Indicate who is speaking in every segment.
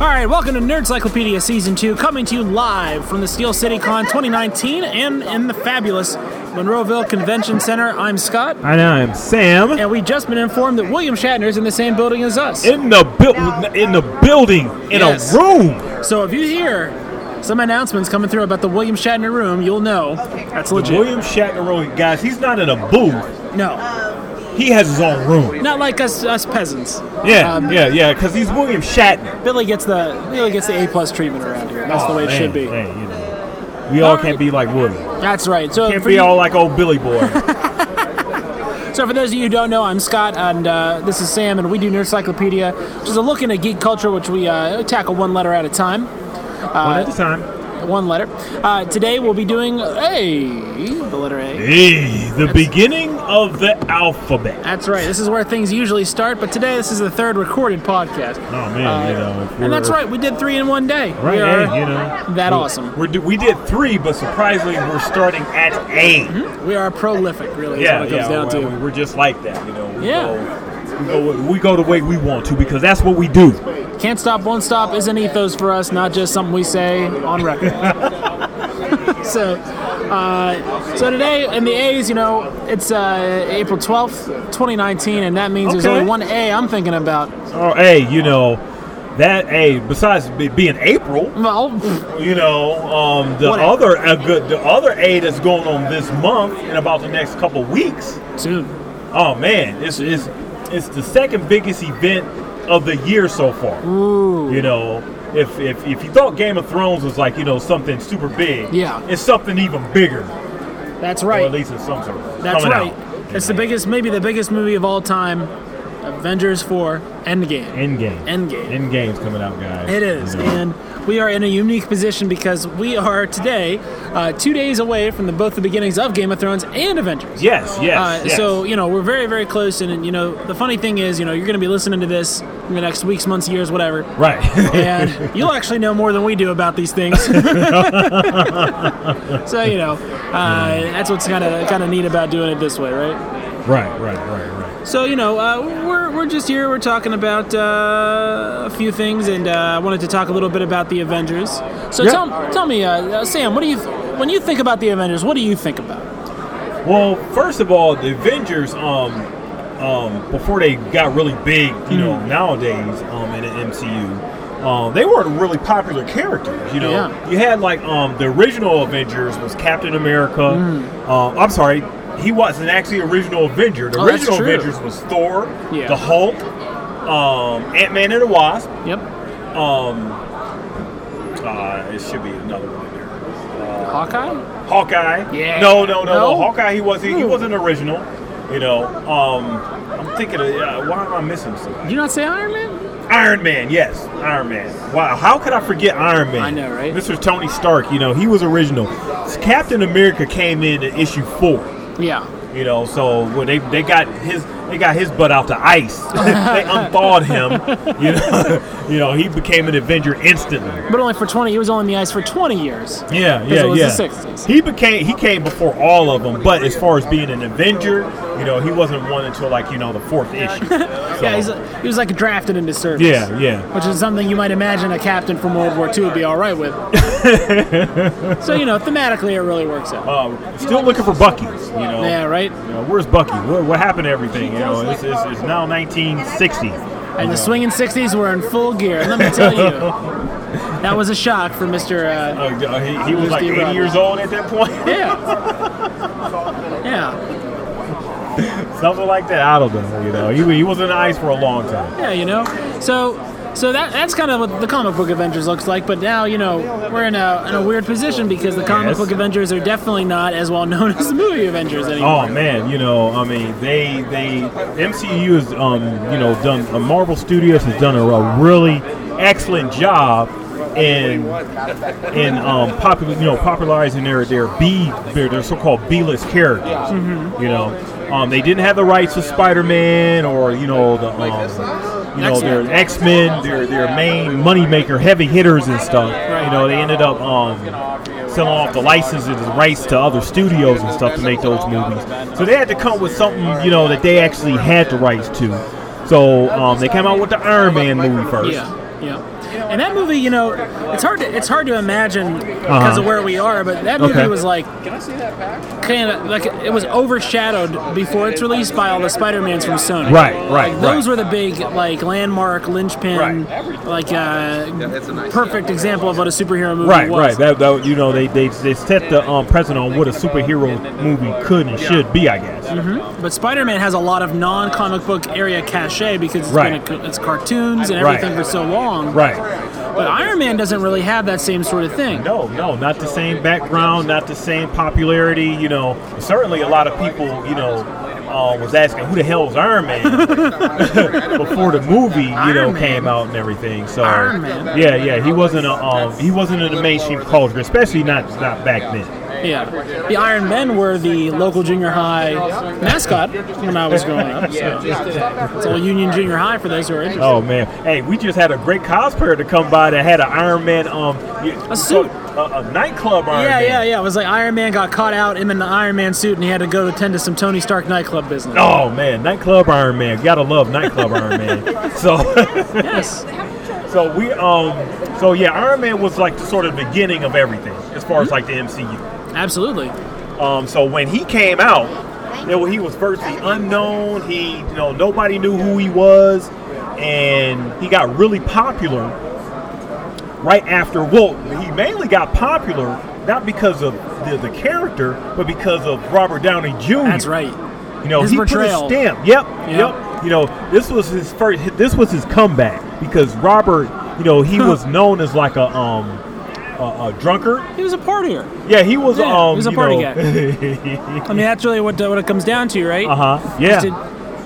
Speaker 1: All right, welcome to Nerdcyclopedia Season 2, coming to you live from the Steel City Con 2019 and in the fabulous Monroeville Convention Center. I'm Scott,
Speaker 2: And I'm Sam
Speaker 1: and we've just been informed that William Shatner is in the same building as us.
Speaker 2: in the bu- in the building in
Speaker 1: Yes.
Speaker 2: a room.
Speaker 1: So if you hear some announcements coming through about the William Shatner room, you'll know that's legit.
Speaker 2: William Shatner, Rowan, guys, he's not in a booth.
Speaker 1: No,
Speaker 2: He has his own room.
Speaker 1: not like us us peasants.
Speaker 2: Yeah,
Speaker 1: Um,
Speaker 2: yeah, yeah. Because he's William Shatner.
Speaker 1: Billy gets the Billy gets the A plus treatment around here. That's the way it
Speaker 2: Oh, Man,
Speaker 1: should be.
Speaker 2: man, you know. we all can't be like William.
Speaker 1: That's right. So
Speaker 2: Can't
Speaker 1: for
Speaker 2: be
Speaker 1: you-
Speaker 2: all like old Billy Boy.
Speaker 1: So, for those of you who don't know, I'm Scott, and uh, this is Sam, and we do Nerdcyclopedia, which is a look into geek culture, which we uh, tackle one letter at a time.
Speaker 2: One at a time.
Speaker 1: One letter. Uh, today, we'll be doing A, the letter A.
Speaker 2: Hey, the beginning of the alphabet.
Speaker 1: That's right. This is where things usually start, but today, this is the third recorded podcast.
Speaker 2: Oh man, you know. if
Speaker 1: Uh, And that's
Speaker 2: we're-
Speaker 1: right. We did three in one day.
Speaker 2: Right,
Speaker 1: We are
Speaker 2: hey, you know.
Speaker 1: that awesome.
Speaker 2: We're, do- we did three, but surprisingly, we're starting at A.
Speaker 1: We are prolific, really.
Speaker 2: Yeah,
Speaker 1: is what it comes
Speaker 2: yeah,
Speaker 1: down
Speaker 2: well,
Speaker 1: to.
Speaker 2: We're just like that, you know. We
Speaker 1: Yeah.
Speaker 2: Go, we, go, we go the way we want to because that's what we do.
Speaker 1: Can't stop, won't stop is an ethos for us, not just something we say on record. so, uh, so today in the A's, you know, it's uh, April twelfth, twenty nineteen, and that means there's
Speaker 2: Okay.
Speaker 1: only one A I'm thinking about.
Speaker 2: Oh, hey, you know, that, hey, besides it being April,
Speaker 1: Well, pfft,
Speaker 2: you know, um, the
Speaker 1: What-
Speaker 2: other a good, the other A that's going on this month in about the next couple weeks.
Speaker 1: soon,
Speaker 2: Oh man, it's it's it's the second biggest event of the year so far. You know, if if if you thought Game of Thrones was like you know something super big,
Speaker 1: Yeah.
Speaker 2: it's something even bigger.
Speaker 1: that's
Speaker 2: Or at
Speaker 1: right.
Speaker 2: least it's some sort of
Speaker 1: That's
Speaker 2: coming
Speaker 1: right.
Speaker 2: out.
Speaker 1: It's the biggest, maybe the biggest movie of all time, Avengers Four: Endgame.
Speaker 2: Endgame.
Speaker 1: Endgame.
Speaker 2: Endgame's coming out, guys.
Speaker 1: It is,
Speaker 2: You know.
Speaker 1: and we are in a unique position because we are today uh, two days away from the, both the beginnings of Game of Thrones and Avengers.
Speaker 2: yes, yes,
Speaker 1: Uh,
Speaker 2: yes.
Speaker 1: So you know we're very very close, and, and, you know the funny thing is you know you're going to be listening to this in the next weeks, months, years, whatever,
Speaker 2: right.
Speaker 1: and you'll actually know more than we do about these things. so you know uh, that's what's kind of kind of neat about doing it this way, right?
Speaker 2: right, right, right, right.
Speaker 1: So you know uh, we're we're just here. We're talking about uh, a few things, and uh, I wanted to talk a little bit about the Avengers. So
Speaker 2: Yeah.
Speaker 1: tell tell me, uh, uh, Sam, what do you th- when you think about the Avengers? What do you think about?
Speaker 2: Well, first of all, the Avengers, um, um, before they got really big, you
Speaker 1: Mm-hmm.
Speaker 2: know, nowadays um, in the MCU, um, they weren't really popular characters. You know,
Speaker 1: Yeah.
Speaker 2: you had like um, the original Avengers was Captain America. Um, I'm sorry, he wasn't actually original Avenger. The
Speaker 1: Mm. Oh, that's
Speaker 2: original
Speaker 1: true.
Speaker 2: Avengers was Thor,
Speaker 1: Yeah.
Speaker 2: the Hulk, um, Ant Man and the Wasp.
Speaker 1: Yep,
Speaker 2: Um, uh, it should be another one there.
Speaker 1: Hawkeye.
Speaker 2: Hawkeye.
Speaker 1: Yeah.
Speaker 2: No, no, no, no.
Speaker 1: No?
Speaker 2: Hawkeye. He wasn't. He
Speaker 1: Hmm.
Speaker 2: wasn't original. You know. Um, I'm thinking. Of, uh, why am I missing something?
Speaker 1: Did you not say Iron Man?
Speaker 2: Iron Man. Yes, Iron Man. Wow. How could I forget Iron Man?
Speaker 1: I know, right?
Speaker 2: Mr. Tony Stark. You know, he was original. Captain America came in at issue four.
Speaker 1: Yeah.
Speaker 2: You know, so when they they got his they got his butt out to ice. they unthawed him. You know, you know, he became an Avenger instantly.
Speaker 1: But only for 20, he was only in the ice for 20 years.
Speaker 2: Yeah,
Speaker 1: it
Speaker 2: yeah,
Speaker 1: was the
Speaker 2: yeah.
Speaker 1: 60s.
Speaker 2: He became he came before all of them, but as far as being an Avenger, you know, he wasn't one until like you know the fourth issue. So,
Speaker 1: Yeah, he's, he was like drafted into service.
Speaker 2: yeah, yeah.
Speaker 1: Which is something you might imagine a captain from World War II would be all right with. so, you know, thematically, it really works out.
Speaker 2: Um, still looking for Bucky. You know,
Speaker 1: Yeah, right?
Speaker 2: You know, where's Bucky? What, what happened to everything? You know, it's, it's, it's now Uh, 1960.
Speaker 1: And the swinging 60s were in full gear. And let me tell you, that was a shock for Mr. Uh,
Speaker 2: Uh, he, he was like
Speaker 1: Steve
Speaker 2: 80
Speaker 1: Rogers.
Speaker 2: years old at that point,
Speaker 1: yeah. Yeah.
Speaker 2: something like that. I don't know. You know, he, he was in the ice for a long time.
Speaker 1: Yeah, you know? So. So that, that's kind of what the comic book Avengers looks like, but now you know we're in a, in a weird position because the comic
Speaker 2: Yes.
Speaker 1: book Avengers are definitely not as well known as the movie Avengers anymore.
Speaker 2: Oh man, you know, I mean, they they MCU has um you know done uh, Marvel Studios has done a, a really excellent job in in um popular you know popularizing their their B their, their so-called B-list characters. You know, um they didn't have the rights to Spider-Man or you know the um, you know their X-Men, their their main moneymaker heavy hitters and stuff. You know, they ended up um selling off the licenses and rights to other studios and stuff to make those movies. So they had to come with something, you know, that they actually had the rights to. So um, they came out with the Iron Man movie first.
Speaker 1: Yeah, yeah. And that movie, you know, it's hard to it's hard to imagine because
Speaker 2: Uh-huh.
Speaker 1: of where we are, but that movie
Speaker 2: Okay.
Speaker 1: was like kind of like it was overshadowed before its release by all the Spider Mans from Sony.
Speaker 2: Right, right,
Speaker 1: Like, those
Speaker 2: right.
Speaker 1: were the big like landmark linchpin,
Speaker 2: Right.
Speaker 1: like uh, perfect example of what a superhero movie
Speaker 2: Right,
Speaker 1: was.
Speaker 2: right. That, that you know they, they, they set the um, precedent on what a superhero movie could and should be, I guess.
Speaker 1: But Spider-Man has a lot of non-comic book area cachet because it's
Speaker 2: Right.
Speaker 1: been a, it's cartoons and
Speaker 2: Right.
Speaker 1: everything for so long.
Speaker 2: Right.
Speaker 1: But Iron Man doesn't really have that same sort of thing.
Speaker 2: No, no, not the same background, not the same popularity. You know, certainly a lot of people, you know, uh, was asking who the hell is Iron Man before the movie, you know,
Speaker 1: Iron Man.
Speaker 2: came out and everything. So,
Speaker 1: Iron Man.
Speaker 2: yeah, yeah, he wasn't a um, he wasn't in the mainstream culture, especially not not back then.
Speaker 1: Yeah. The Iron Men were the local junior high mascot when I was growing up. So it's all Union Junior High for those who are interested.
Speaker 2: Oh man, hey, we just had a great cosplayer to come by that had an Iron Man um
Speaker 1: A suit.
Speaker 2: a, a nightclub Iron
Speaker 1: Yeah,
Speaker 2: Man.
Speaker 1: yeah, yeah. It was like Iron Man got caught out him in the Iron Man suit, and he had to go attend to some Tony Stark nightclub business.
Speaker 2: Oh man, nightclub Iron Man. Gotta love nightclub Iron Man. So.
Speaker 1: Yes.
Speaker 2: So we um so yeah, Iron Man was like the sort of beginning of everything as far as like the MCU.
Speaker 1: Absolutely.
Speaker 2: Um so when he came out, you know, he was virtually unknown. He you know nobody knew who he was, and he got really popular right after. Well, he mainly got popular not because of the, the character, but because of Robert Downey Jr.
Speaker 1: That's right.
Speaker 2: You know,
Speaker 1: His
Speaker 2: he
Speaker 1: portrayal.
Speaker 2: put a stamp. Yep,
Speaker 1: Yeah.
Speaker 2: yep. You know, this was his first. This was his comeback because Robert. You know, he was known as like a um a, a drunkard.
Speaker 1: He was a partier.
Speaker 2: Yeah, he was
Speaker 1: Yeah, he
Speaker 2: um.
Speaker 1: was a
Speaker 2: you
Speaker 1: party
Speaker 2: know,
Speaker 1: I mean, that's really what what it comes down to, right?
Speaker 2: uh huh. Yeah.
Speaker 1: Did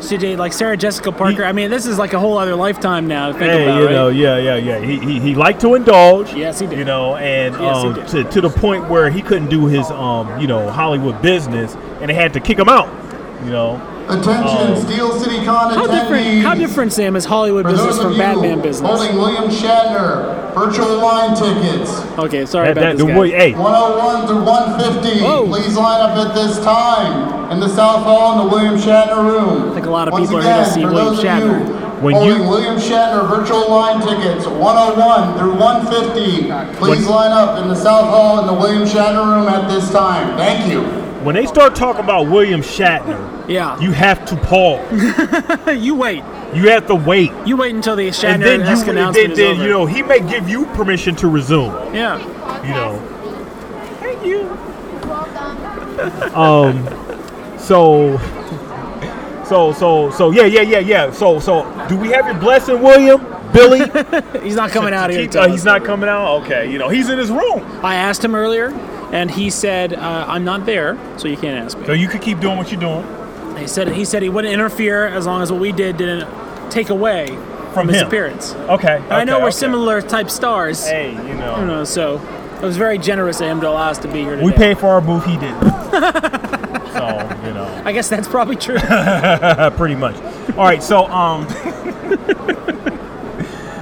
Speaker 1: CJ like Sarah Jessica Parker? I mean, this is like a whole other lifetime now. To think
Speaker 2: Hey,
Speaker 1: about,
Speaker 2: you
Speaker 1: right?
Speaker 2: know, yeah, yeah, yeah. He, he, he liked to indulge.
Speaker 1: Yes, he did.
Speaker 2: You know, and
Speaker 1: Yes, he
Speaker 2: um,
Speaker 1: did.
Speaker 2: to, to the point where he couldn't do his um you know Hollywood business, and they had to kick him out. You know.
Speaker 3: Attention,
Speaker 2: Um,
Speaker 3: Steel CityCon
Speaker 1: how different?
Speaker 3: attendees.
Speaker 1: How different, Sam, is Hollywood
Speaker 3: For
Speaker 1: business
Speaker 3: those of
Speaker 1: from
Speaker 3: you
Speaker 1: Batman business?
Speaker 3: holding William Shatner virtual line tickets,
Speaker 1: Okay, sorry
Speaker 2: That,
Speaker 1: about
Speaker 2: that,
Speaker 1: this
Speaker 2: the
Speaker 1: guy.
Speaker 2: way, hey,
Speaker 3: 101 through 150,
Speaker 1: Whoa.
Speaker 3: please line up at this time in the South Hall in the William Shatner room. I
Speaker 1: think a lot of
Speaker 3: Once
Speaker 1: people are
Speaker 3: again,
Speaker 1: gonna see
Speaker 3: for
Speaker 1: William
Speaker 3: those of
Speaker 1: Shatner.
Speaker 3: you
Speaker 2: When you-
Speaker 3: holding William Shatner virtual line tickets, 101 through 150, please
Speaker 2: When-
Speaker 3: line up in the South Hall in the William Shatner room at this time. Thank you.
Speaker 2: when they start talking about William Shatner,
Speaker 1: Yeah.
Speaker 2: you have to pause.
Speaker 1: You, wait.
Speaker 2: You have to wait.
Speaker 1: You wait until the
Speaker 2: and
Speaker 1: Shatner
Speaker 2: then
Speaker 1: esque
Speaker 2: you,
Speaker 1: announcement
Speaker 2: then,
Speaker 1: is
Speaker 2: then
Speaker 1: over.
Speaker 2: you know he may give you permission to resume.
Speaker 1: yeah.
Speaker 2: You know.
Speaker 1: Thank you.
Speaker 2: Um, So, so, so, so, yeah, yeah, yeah, yeah. So, so, do we have your blessing, William? Billy?
Speaker 1: He's not coming out here.
Speaker 2: Uh,
Speaker 1: till
Speaker 2: he's
Speaker 1: us.
Speaker 2: not coming out. Okay, you know he's in his room,
Speaker 1: I asked him earlier, and he said, uh, "I'm not there, so you can't ask me."
Speaker 2: so you could keep doing what you're doing
Speaker 1: He said he said he wouldn't interfere as long as what we did didn't take away
Speaker 2: from,
Speaker 1: his
Speaker 2: him.
Speaker 1: appearance.
Speaker 2: Okay,
Speaker 1: And I
Speaker 2: okay,
Speaker 1: know we're
Speaker 2: okay.
Speaker 1: similar type stars.
Speaker 2: Hey, you
Speaker 1: You
Speaker 2: know,
Speaker 1: know, Uh, so it was very generous of him to allow us to be here today.
Speaker 2: we paid for our booth. He did. so you know.
Speaker 1: I guess that's probably true.
Speaker 2: Uh, pretty much. All right, so um,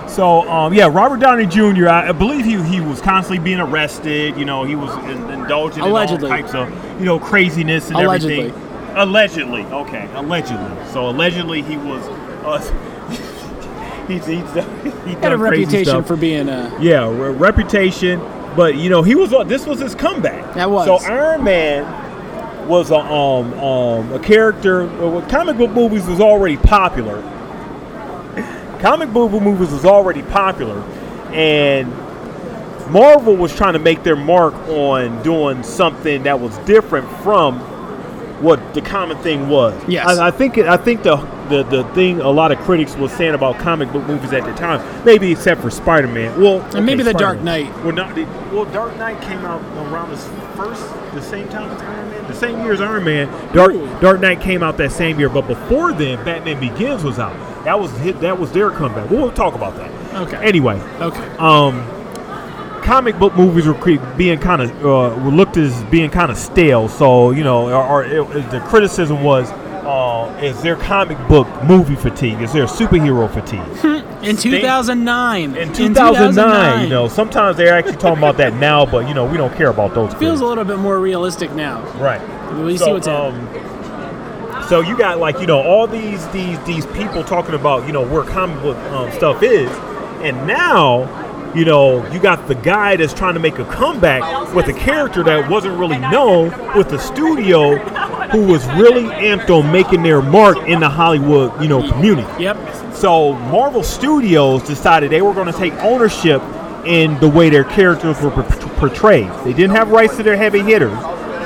Speaker 2: so um, yeah, Robert Downey Jr. I, I believe he he was constantly being arrested. You know, he was in, indulging
Speaker 1: Allegedly.
Speaker 2: in all types of you know craziness and
Speaker 1: Allegedly.
Speaker 2: everything. Allegedly, okay, allegedly. So allegedly, he was. Uh, he's he's he
Speaker 1: Had a reputation for being uh,
Speaker 2: yeah re- reputation, but you know he was this was his comeback.
Speaker 1: That was.
Speaker 2: so Iron Man was a um, um, a character. Well, well, comic book movies was already popular. Comic book movies was already popular, and Marvel was trying to make their mark on doing something that was different from what the common thing was.
Speaker 1: Yes.
Speaker 2: I, I think I think the, the the thing a lot of critics was saying about comic book movies at the time, maybe except for Spider Man. Well,
Speaker 1: And maybe The Dark
Speaker 2: Spider-Man.
Speaker 1: Knight.
Speaker 2: Well, not the, well, Dark Knight came out around the first, the same time as Iron Man, the same year as Iron Man. Dark
Speaker 1: Ooh.
Speaker 2: Dark Knight came out that same year, but before then, Batman Begins was out. That was hit. That was their comeback. We'll talk about that.
Speaker 1: Okay.
Speaker 2: Anyway,
Speaker 1: okay.
Speaker 2: um, comic book movies were cre- being kind of uh, were looked as being kind of stale. So you know, or, or it, the criticism was, uh, is there comic book movie fatigue? Is there superhero fatigue?
Speaker 1: In 2009.
Speaker 2: In 2009, you know, sometimes they're actually talking about that now, but you know, we don't care about those.
Speaker 1: feels
Speaker 2: critics.
Speaker 1: a little bit more realistic now.
Speaker 2: right.
Speaker 1: We see what's happening.
Speaker 2: um, so you got like you know all these these these people talking about you know where comic book um, stuff is, And now, you know, you got the guy that's trying to make a comeback with a character that wasn't really known with the studio who was really amped on making their mark in the Hollywood, you know, community.
Speaker 1: Yep.
Speaker 2: So Marvel Studios decided they were going to take ownership in the way their characters were por- portrayed. They didn't have rights to their heavy hitters,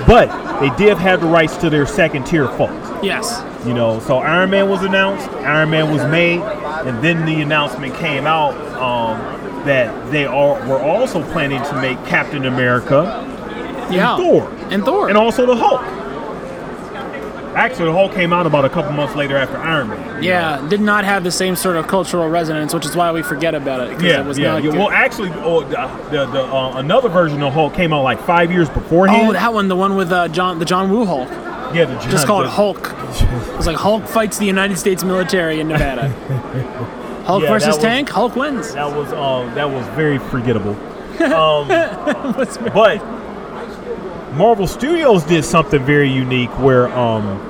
Speaker 2: but they did have the rights to their second tier folks.
Speaker 1: Yes.
Speaker 2: You know, so Iron Man was announced, Iron Man was made, and then the announcement came out um, that they are were also planning to make Captain America
Speaker 1: Yeah.
Speaker 2: Thor.
Speaker 1: And Thor.
Speaker 2: and also the Hulk. Actually, the Hulk came out about a couple months later after Iron Man.
Speaker 1: yeah, did not have the same sort of cultural resonance, which is why we forget about it. 'cause
Speaker 2: Yeah,
Speaker 1: it was
Speaker 2: yeah.
Speaker 1: not
Speaker 2: yeah.
Speaker 1: good.
Speaker 2: Well, actually, oh, the, the, the uh, another version of Hulk came out like five years beforehand.
Speaker 1: oh, that one, the one with uh, John, the John Woo Hulk.
Speaker 2: yeah, the John-
Speaker 1: Just call it
Speaker 2: the-
Speaker 1: Hulk. It was like Hulk fights the United States military in Nevada. Hulk
Speaker 2: Yeah, that
Speaker 1: versus
Speaker 2: was-
Speaker 1: Tank. Hulk wins.
Speaker 2: That was um, that was very forgettable. Um, but Marvel Studios did something very unique where um,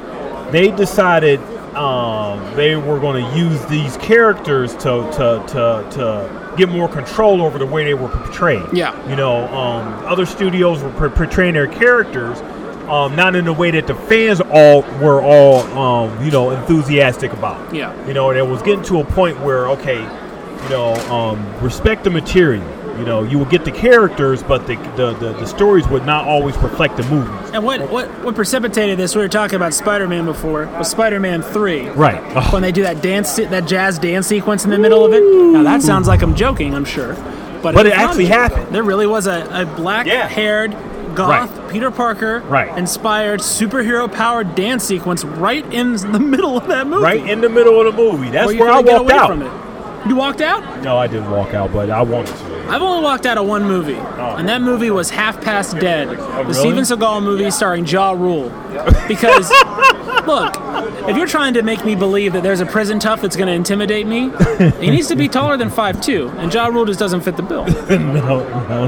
Speaker 2: they decided um, they were going to use these characters to, to to to get more control over the way they were portrayed.
Speaker 1: Yeah.
Speaker 2: you know, um, other studios were por- portraying their characters. Um, not in the way that the fans all were all um, you know enthusiastic about.
Speaker 1: Yeah.
Speaker 2: You know, and it was getting to a point where, okay, you know, um, respect the material. You know, you will get the characters, but the, the, the, the stories would not always reflect the movies.
Speaker 1: And what, what, what precipitated this? We were talking about Spider Man before. Was Spider Man Three?
Speaker 2: Right.
Speaker 1: When they do that dance, se- that jazz dance sequence in the middle of it. Now that sounds like I'm joking. I'm sure, but
Speaker 2: But it
Speaker 1: it's not
Speaker 2: actually
Speaker 1: a joke.
Speaker 2: happened.
Speaker 1: There really was a, a black-haired goth
Speaker 2: Right.
Speaker 1: Peter Parker
Speaker 2: Right.
Speaker 1: inspired superhero-powered dance sequence right in the middle of that movie.
Speaker 2: Right in the middle of the movie. That's
Speaker 1: Where you
Speaker 2: where I
Speaker 1: couldn't get
Speaker 2: walked
Speaker 1: away
Speaker 2: out.
Speaker 1: from it. You walked out?
Speaker 2: No, I didn't walk out, but I wanted to.
Speaker 1: I've only walked out of one movie, and that movie was Half Past Dead, the
Speaker 2: Oh. really?
Speaker 1: Steven Seagal movie starring Ja Rule. Because, look, if you're trying to make me believe that there's a prison tough that's going to intimidate me, he needs to be taller than 5'2, and Ja Rule just doesn't fit the bill.
Speaker 2: no, no.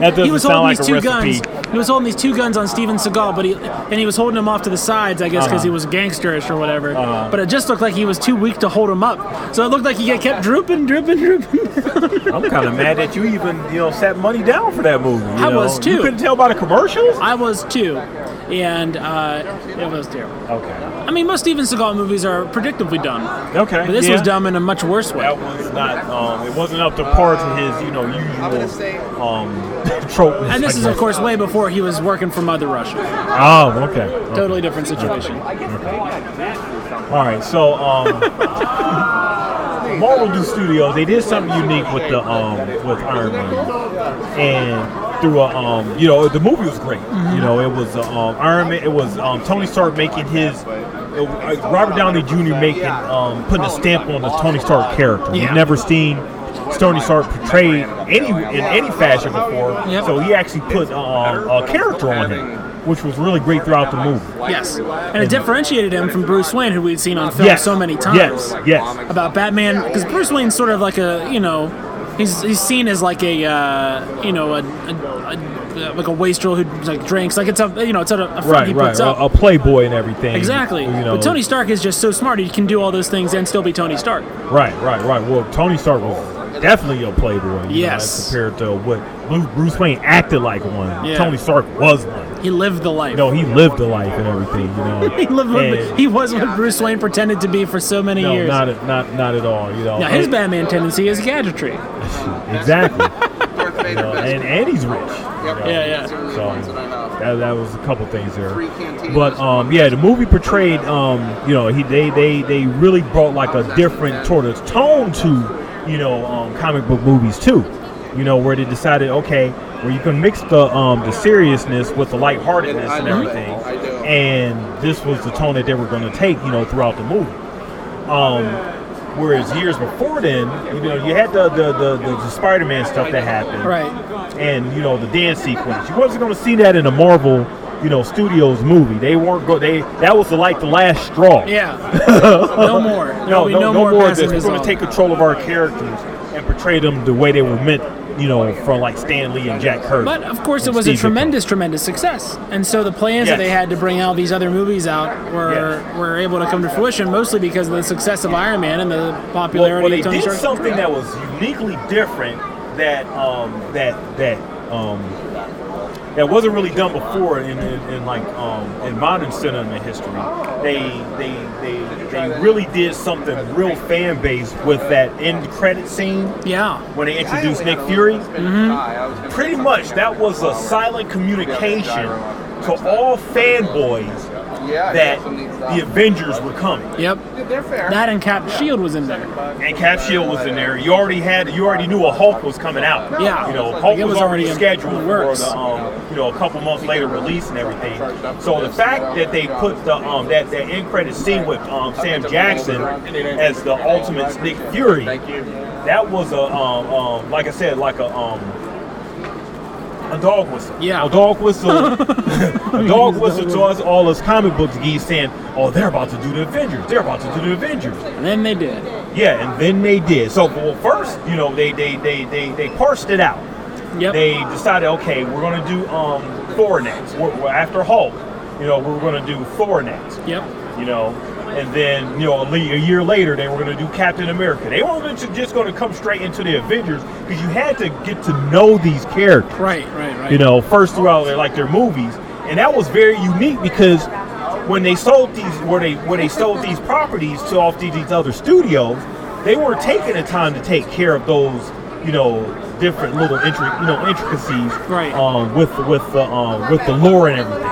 Speaker 2: That doesn't
Speaker 1: He was
Speaker 2: sound
Speaker 1: holding
Speaker 2: like
Speaker 1: these
Speaker 2: a
Speaker 1: two
Speaker 2: recipe.
Speaker 1: guns. He was holding these two guns on Steven Seagal, but he and he was holding them off to the sides, I guess, because
Speaker 2: Uh-huh.
Speaker 1: he was gangsterish or whatever. But it just looked like he was too weak to hold him up, so it looked like he kept drooping, drooping, drooping.
Speaker 2: I'm kind of mad that you even you know sat money down for that movie. you
Speaker 1: I was,
Speaker 2: You
Speaker 1: too.
Speaker 2: couldn't tell by the commercials.
Speaker 1: I was too, and uh, it was terrible.
Speaker 2: Okay.
Speaker 1: I mean, most Steven Seagal movies are predictably dumb,
Speaker 2: Okay.
Speaker 1: but this was
Speaker 2: yeah.
Speaker 1: dumb in a much worse way.
Speaker 2: That was not. Um, it wasn't up to par to his, you know, usual um, trope.
Speaker 1: And this is, of course, way before he was working for Mother Russia.
Speaker 2: Oh, okay. okay.
Speaker 1: Totally different situation.
Speaker 2: All right. So, um, Marvel do Studios. They did something unique with the um, with Iron Man, and through a um, you know, the movie was great. You know, it was uh, um, Iron Man. It was um, Tony Stark making his. uh, Robert Downey Jr. making um, putting a stamp on the Tony Stark character.
Speaker 1: Yeah.
Speaker 2: We've never seen Tony Stark portrayed any in any fashion before.
Speaker 1: Yep.
Speaker 2: So he actually put um, a character on him, which was really great throughout the movie.
Speaker 1: Yes, and it differentiated him from Bruce Wayne, who we'd seen on film
Speaker 2: Yes.
Speaker 1: so many times.
Speaker 2: Yes. Yes.
Speaker 1: About Batman, because Bruce Wayne's sort of like a, you know, he's he's seen as like a, uh, you know, a, a, a like a wastrel who like drinks, like it's a, you know, it's a, a front he
Speaker 2: Right.
Speaker 1: puts
Speaker 2: Right. A,
Speaker 1: up.
Speaker 2: a playboy and everything.
Speaker 1: Exactly.
Speaker 2: You know.
Speaker 1: But Tony Stark is just so smart; he can do all those things and still be Tony Stark.
Speaker 2: Right. Right. Right. Well, Tony Stark was definitely a playboy. you know,
Speaker 1: Yes.
Speaker 2: as compared to what Bru- Bruce Wayne acted like one.
Speaker 1: Yeah.
Speaker 2: Tony Stark was one.
Speaker 1: He lived the life.
Speaker 2: You know, he lived a life and everything. You know.
Speaker 1: He lived with,
Speaker 2: And-
Speaker 1: he was what Bruce Wayne pretended to be for so many
Speaker 2: no,
Speaker 1: years.
Speaker 2: not at- not not at all. You know.
Speaker 1: now his
Speaker 2: And-
Speaker 1: Batman tendency is gadgetry.
Speaker 2: Exactly.
Speaker 4: Darth Vader
Speaker 2: You know,
Speaker 4: best.
Speaker 2: and and he's rich. you know.
Speaker 1: Yeah, yeah.
Speaker 4: Certainly
Speaker 2: So
Speaker 4: ones that I know.
Speaker 2: that, that was a couple things there.
Speaker 4: Three cantinas.
Speaker 2: But um, yeah, the movie portrayed um, you know he they, they they really brought like a different sort of tone to you know um, comic book movies too. You know where they decided okay, where you can mix the um, the seriousness with the lightheartedness and
Speaker 4: I love it.
Speaker 2: everything.
Speaker 4: I do.
Speaker 2: And this was the tone that they were going to take you know throughout the movie. Um, Whereas years before then, you know, you had the the, the, the, the Spider-Man stuff that happened,
Speaker 1: Right.
Speaker 2: And you know the dance sequence. You wasn't going to see that in a Marvel, you know, Studios movie. They weren't go. They that was like the last straw.
Speaker 1: Yeah. no more.
Speaker 2: No,
Speaker 1: There'll be
Speaker 2: no, no, more. of this.
Speaker 1: passing
Speaker 2: We're going
Speaker 1: on.
Speaker 2: to take control of our characters and portray them the way they were meant you know, from like Stan Lee and Jack Kirby.
Speaker 1: But of course, it
Speaker 2: and
Speaker 1: was a
Speaker 2: Steve Ditko.
Speaker 1: tremendous, tremendous success, and so the plans that
Speaker 2: Yes.
Speaker 1: they had to bring all these other movies out were
Speaker 2: Yes.
Speaker 1: were able to come to fruition, mostly because of the success of Iron Man and the popularity
Speaker 2: Well, well, they
Speaker 1: of Tony
Speaker 2: did
Speaker 1: Stark.
Speaker 2: something that was uniquely different that um, that that um, that wasn't really done before in, in, in like um, in modern cinema history. They they they they really did something real fan based with that end credit scene
Speaker 1: yeah,
Speaker 2: when they introduced Nick Fury.
Speaker 1: Mm-hmm.
Speaker 2: Pretty much, that was a silent communication to all fanboys that the Avengers were coming.
Speaker 1: yep. That and Cap Shield was in there.
Speaker 2: And Cap Shield was in there. You already had, you already knew a Hulk was coming out.
Speaker 1: Yeah.
Speaker 2: you know,
Speaker 1: Like,
Speaker 2: Hulk
Speaker 1: it
Speaker 2: was
Speaker 1: was
Speaker 2: already
Speaker 1: already in-
Speaker 2: scheduled
Speaker 1: in the
Speaker 2: for
Speaker 1: works.
Speaker 2: the, um, you know, a couple months later release and everything. So the fact that they put the um, that that end credit scene with um, Sam Jackson as the Ultimate Nick Fury, that was a um, um, like I said, like a um, a dog whistle.
Speaker 1: Yeah.
Speaker 2: a dog whistle. a dog whistle to us all as comic book geeks saying, "Oh, they're about to do the Avengers. They're about to do the Avengers."
Speaker 1: And then they did.
Speaker 2: Yeah, and then they did. So well, first, you know, they they they they, they parsed it out.
Speaker 1: Yep.
Speaker 2: They decided, okay, we're gonna do um Thor next. We're, we're after Hulk. You know, we're gonna do Thor next.
Speaker 1: yep.
Speaker 2: You know, and then you know, a, le- a year later, they were gonna do Captain America. They weren't gonna- just gonna come straight into the Avengers because you had to get to know these characters
Speaker 1: Right. Right. Right.
Speaker 2: you know, first throughout their like their movies, and that was very unique because when they sold these, where they where they sold these properties to off these, these other studios, they weren't taking the time to take care of those, you know, different little intri- you know intricacies,
Speaker 1: Right.
Speaker 2: Um, with with the um, with the lore and everything.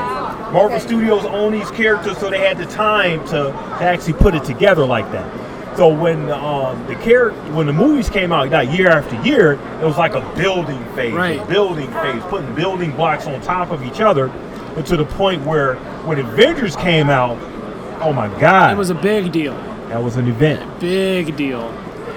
Speaker 2: Marvel Studios own these characters, so they had the time to, to actually put it together like that. So when um, the character, when the movies came out, like year after year, it was like a building phase, a
Speaker 1: Right.
Speaker 2: building phase, putting building blocks on top of each other, but to the point where when Avengers came out, oh my God,
Speaker 1: It was a big deal.
Speaker 2: that was an event.
Speaker 1: Big deal.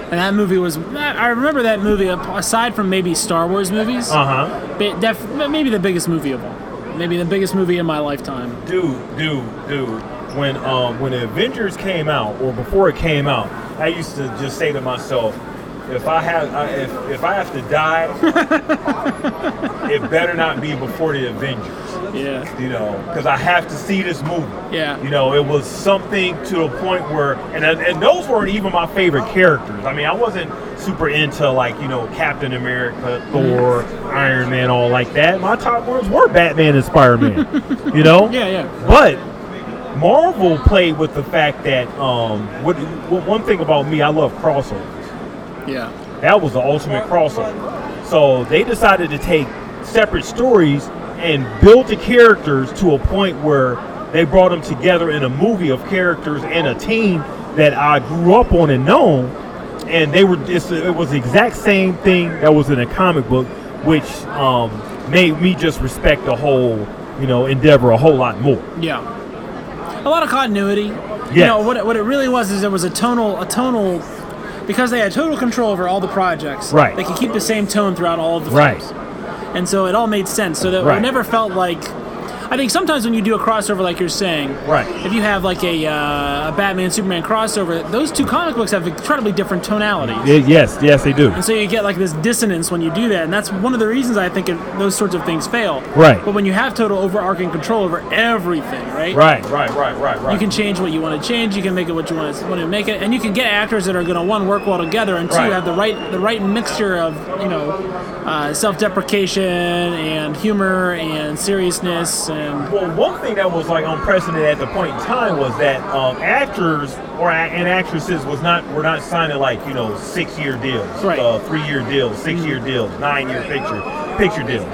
Speaker 1: And that movie was. I remember that movie. Aside from maybe Star Wars movies,
Speaker 2: Uh huh.
Speaker 1: Ba- def- maybe the biggest movie of all. Maybe the biggest movie in my lifetime.
Speaker 2: Dude, dude, dude. When um, when the Avengers came out, or before it came out, I used to just say to myself, if I have, I, if if I have to die, it better not be before the Avengers.
Speaker 1: Yeah.
Speaker 2: you know, because I have to see this movie.
Speaker 1: Yeah.
Speaker 2: You know, it was something to a point where, and and those weren't even my favorite characters. I mean, I wasn't super into like you know Captain America, Thor,
Speaker 1: Mm-hmm.
Speaker 2: Iron Man, all like that. My top ones were Batman and Spider Man. you know.
Speaker 1: Yeah, yeah.
Speaker 2: But Marvel played with the fact that um, what, what one thing about me, I love crossovers.
Speaker 1: Yeah.
Speaker 2: That was the ultimate crossover. So they decided to take separate stories and build the characters to a point where they brought them together in a movie of characters and a team that I grew up on and known. And they were it's, it was the exact same thing that was in a comic book, which um, made me just respect the whole you know endeavor a whole lot more.
Speaker 1: Yeah. A lot of continuity. You
Speaker 2: Yes.
Speaker 1: know what? It, what it really was is there was a tonal, a tonal, because they had total control over all the projects.
Speaker 2: Right.
Speaker 1: They could keep the same tone throughout all of the
Speaker 2: Right.
Speaker 1: films. And so it all made sense. So that
Speaker 2: Right.
Speaker 1: it never felt like. I think sometimes when you do a crossover like you're saying,
Speaker 2: Right.
Speaker 1: if you have like a, uh, a Batman Superman crossover, those two comic books have incredibly different tonalities.
Speaker 2: yes, yes, they do.
Speaker 1: And so you get like this dissonance when you do that, and that's one of the reasons I think it, those sorts of things fail.
Speaker 2: Right.
Speaker 1: But when you have total overarching control over everything, right?
Speaker 2: Right, right, right, right, right.
Speaker 1: You can change what you want to change. You can make it what you want to, want to make it, and you can get actors that are going to one work well together, and two
Speaker 2: Right.
Speaker 1: have the right the right mixture of you know uh, self deprecation and humor and seriousness and
Speaker 2: Well, one thing that was like unprecedented at the point in time was that um, actors or a- and actresses was not were not signing like you know six year deals,
Speaker 1: Right. Mm-hmm.
Speaker 2: uh, three year deals, six year deals, nine year picture picture deals.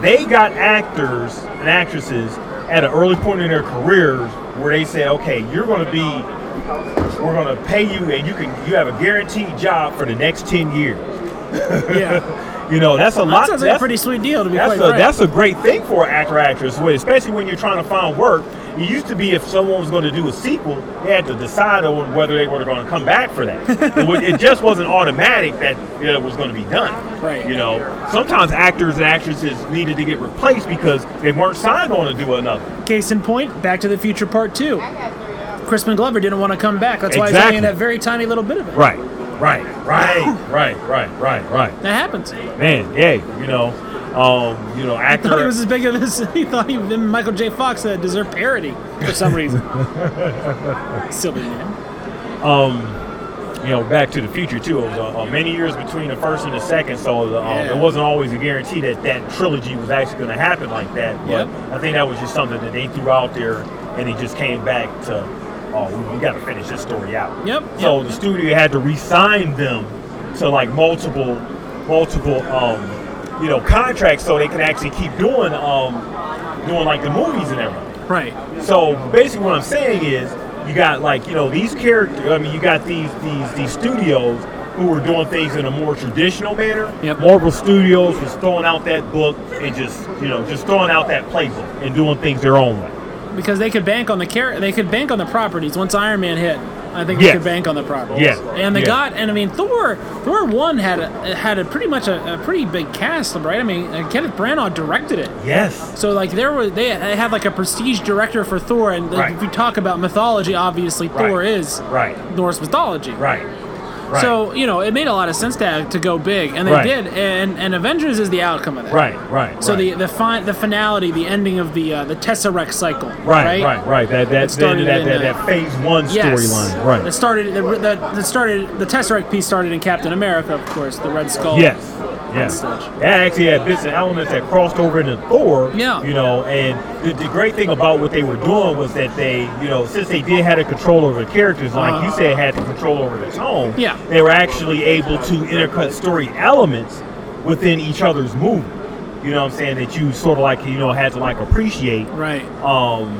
Speaker 2: They got actors and actresses at an early point in their careers where they said, okay, you're going to be we're going to pay you and you can you have a guaranteed job for the next ten years.
Speaker 1: yeah.
Speaker 2: You know that's a
Speaker 1: that
Speaker 2: lot.
Speaker 1: sounds like a
Speaker 2: that's-
Speaker 1: pretty sweet deal to be
Speaker 2: that's
Speaker 1: quite
Speaker 2: a,
Speaker 1: frank.
Speaker 2: that's a great thing for an actor or actress, when- especially when you're trying to find work. It used to be if someone was going to do a sequel, they had to decide on whether they were going to come back for that. it, wa- it just wasn't automatic that you know, it was going to be done.
Speaker 1: Right.
Speaker 2: You know, sometimes actors and actresses needed to get replaced because they weren't signed on to do another.
Speaker 1: Case in point, Back to the Future Part Two. Crispin Glover didn't want to come back. That's why he's only in
Speaker 2: Exactly.
Speaker 1: that very tiny little bit of it.
Speaker 2: Right. Right, right, right, right, right, right.
Speaker 1: That happens.
Speaker 2: Man, yeah, you know, um, you know,
Speaker 1: I thought he
Speaker 2: actor.
Speaker 1: was as big of this. He thought he, then Michael J. Fox uh, deserved parody for some reason. Silly man.
Speaker 2: you know, Back to the Future too. It was uh, uh, many years between the first and the second, so the, um,
Speaker 1: Yeah.
Speaker 2: it wasn't always a guarantee that that trilogy was actually going to happen like that. But
Speaker 1: Yep.
Speaker 2: I think that was just something that they threw out there, and it just came back to, oh, we, we got to finish this story out.
Speaker 1: Yep,
Speaker 2: So
Speaker 1: yep.
Speaker 2: the studio had to re-sign them to like multiple, multiple, um, you know, contracts, so they can actually keep doing, um, doing like the movies and everything.
Speaker 1: Right.
Speaker 2: So basically, what I'm saying is, you got like you know these character. I mean, you got these these these studios who were doing things in a more traditional manner.
Speaker 1: Yep.
Speaker 2: Marvel Studios was throwing out that book and just you know just throwing out that playbook and doing things their own way.
Speaker 1: Because they could bank on the car- They could bank on the properties once Iron Man hit. I think
Speaker 2: Yes.
Speaker 1: they could bank on the properties.
Speaker 2: Yes.
Speaker 1: And they
Speaker 2: Yes.
Speaker 1: got. And I mean, Thor. Thor one had a, had a pretty much a, a pretty big cast, right? I mean, uh, Kenneth Branagh directed it.
Speaker 2: Yes.
Speaker 1: So like there were they they had like a prestige director for Thor, and like,
Speaker 2: Right.
Speaker 1: if you talk about mythology, obviously Thor
Speaker 2: Right.
Speaker 1: is
Speaker 2: Right.
Speaker 1: Norse mythology.
Speaker 2: Right. Right.
Speaker 1: So you know it made a lot of sense to to go big, and they
Speaker 2: Right.
Speaker 1: did, and and Avengers is the outcome of that.
Speaker 2: Right. Right.
Speaker 1: So
Speaker 2: right.
Speaker 1: the the fi- the finality, the ending of the uh, the Tesseract cycle.
Speaker 2: Right, right, right. That that that,
Speaker 1: started
Speaker 2: that,
Speaker 1: in
Speaker 2: that,
Speaker 1: the-
Speaker 2: that phase one
Speaker 1: Yes.
Speaker 2: storyline.
Speaker 1: It
Speaker 2: Right.
Speaker 1: started. The, the, the started. The Tesseract piece started in Captain America, of course. The Red Skull.
Speaker 2: Yes. Yes.
Speaker 1: That's
Speaker 2: That actually had bits and elements that crossed over into Thor.
Speaker 1: Yeah.
Speaker 2: You know, and the, the great thing about what they were doing was that they, you know, since they did have a control over the characters, like you said, had the control over the tone.
Speaker 1: Uh-huh. Yeah.
Speaker 2: They were actually able to intercut story elements within each other's movie. You know what I'm saying? That you sort of like, you know, had to like appreciate
Speaker 1: Right.
Speaker 2: um,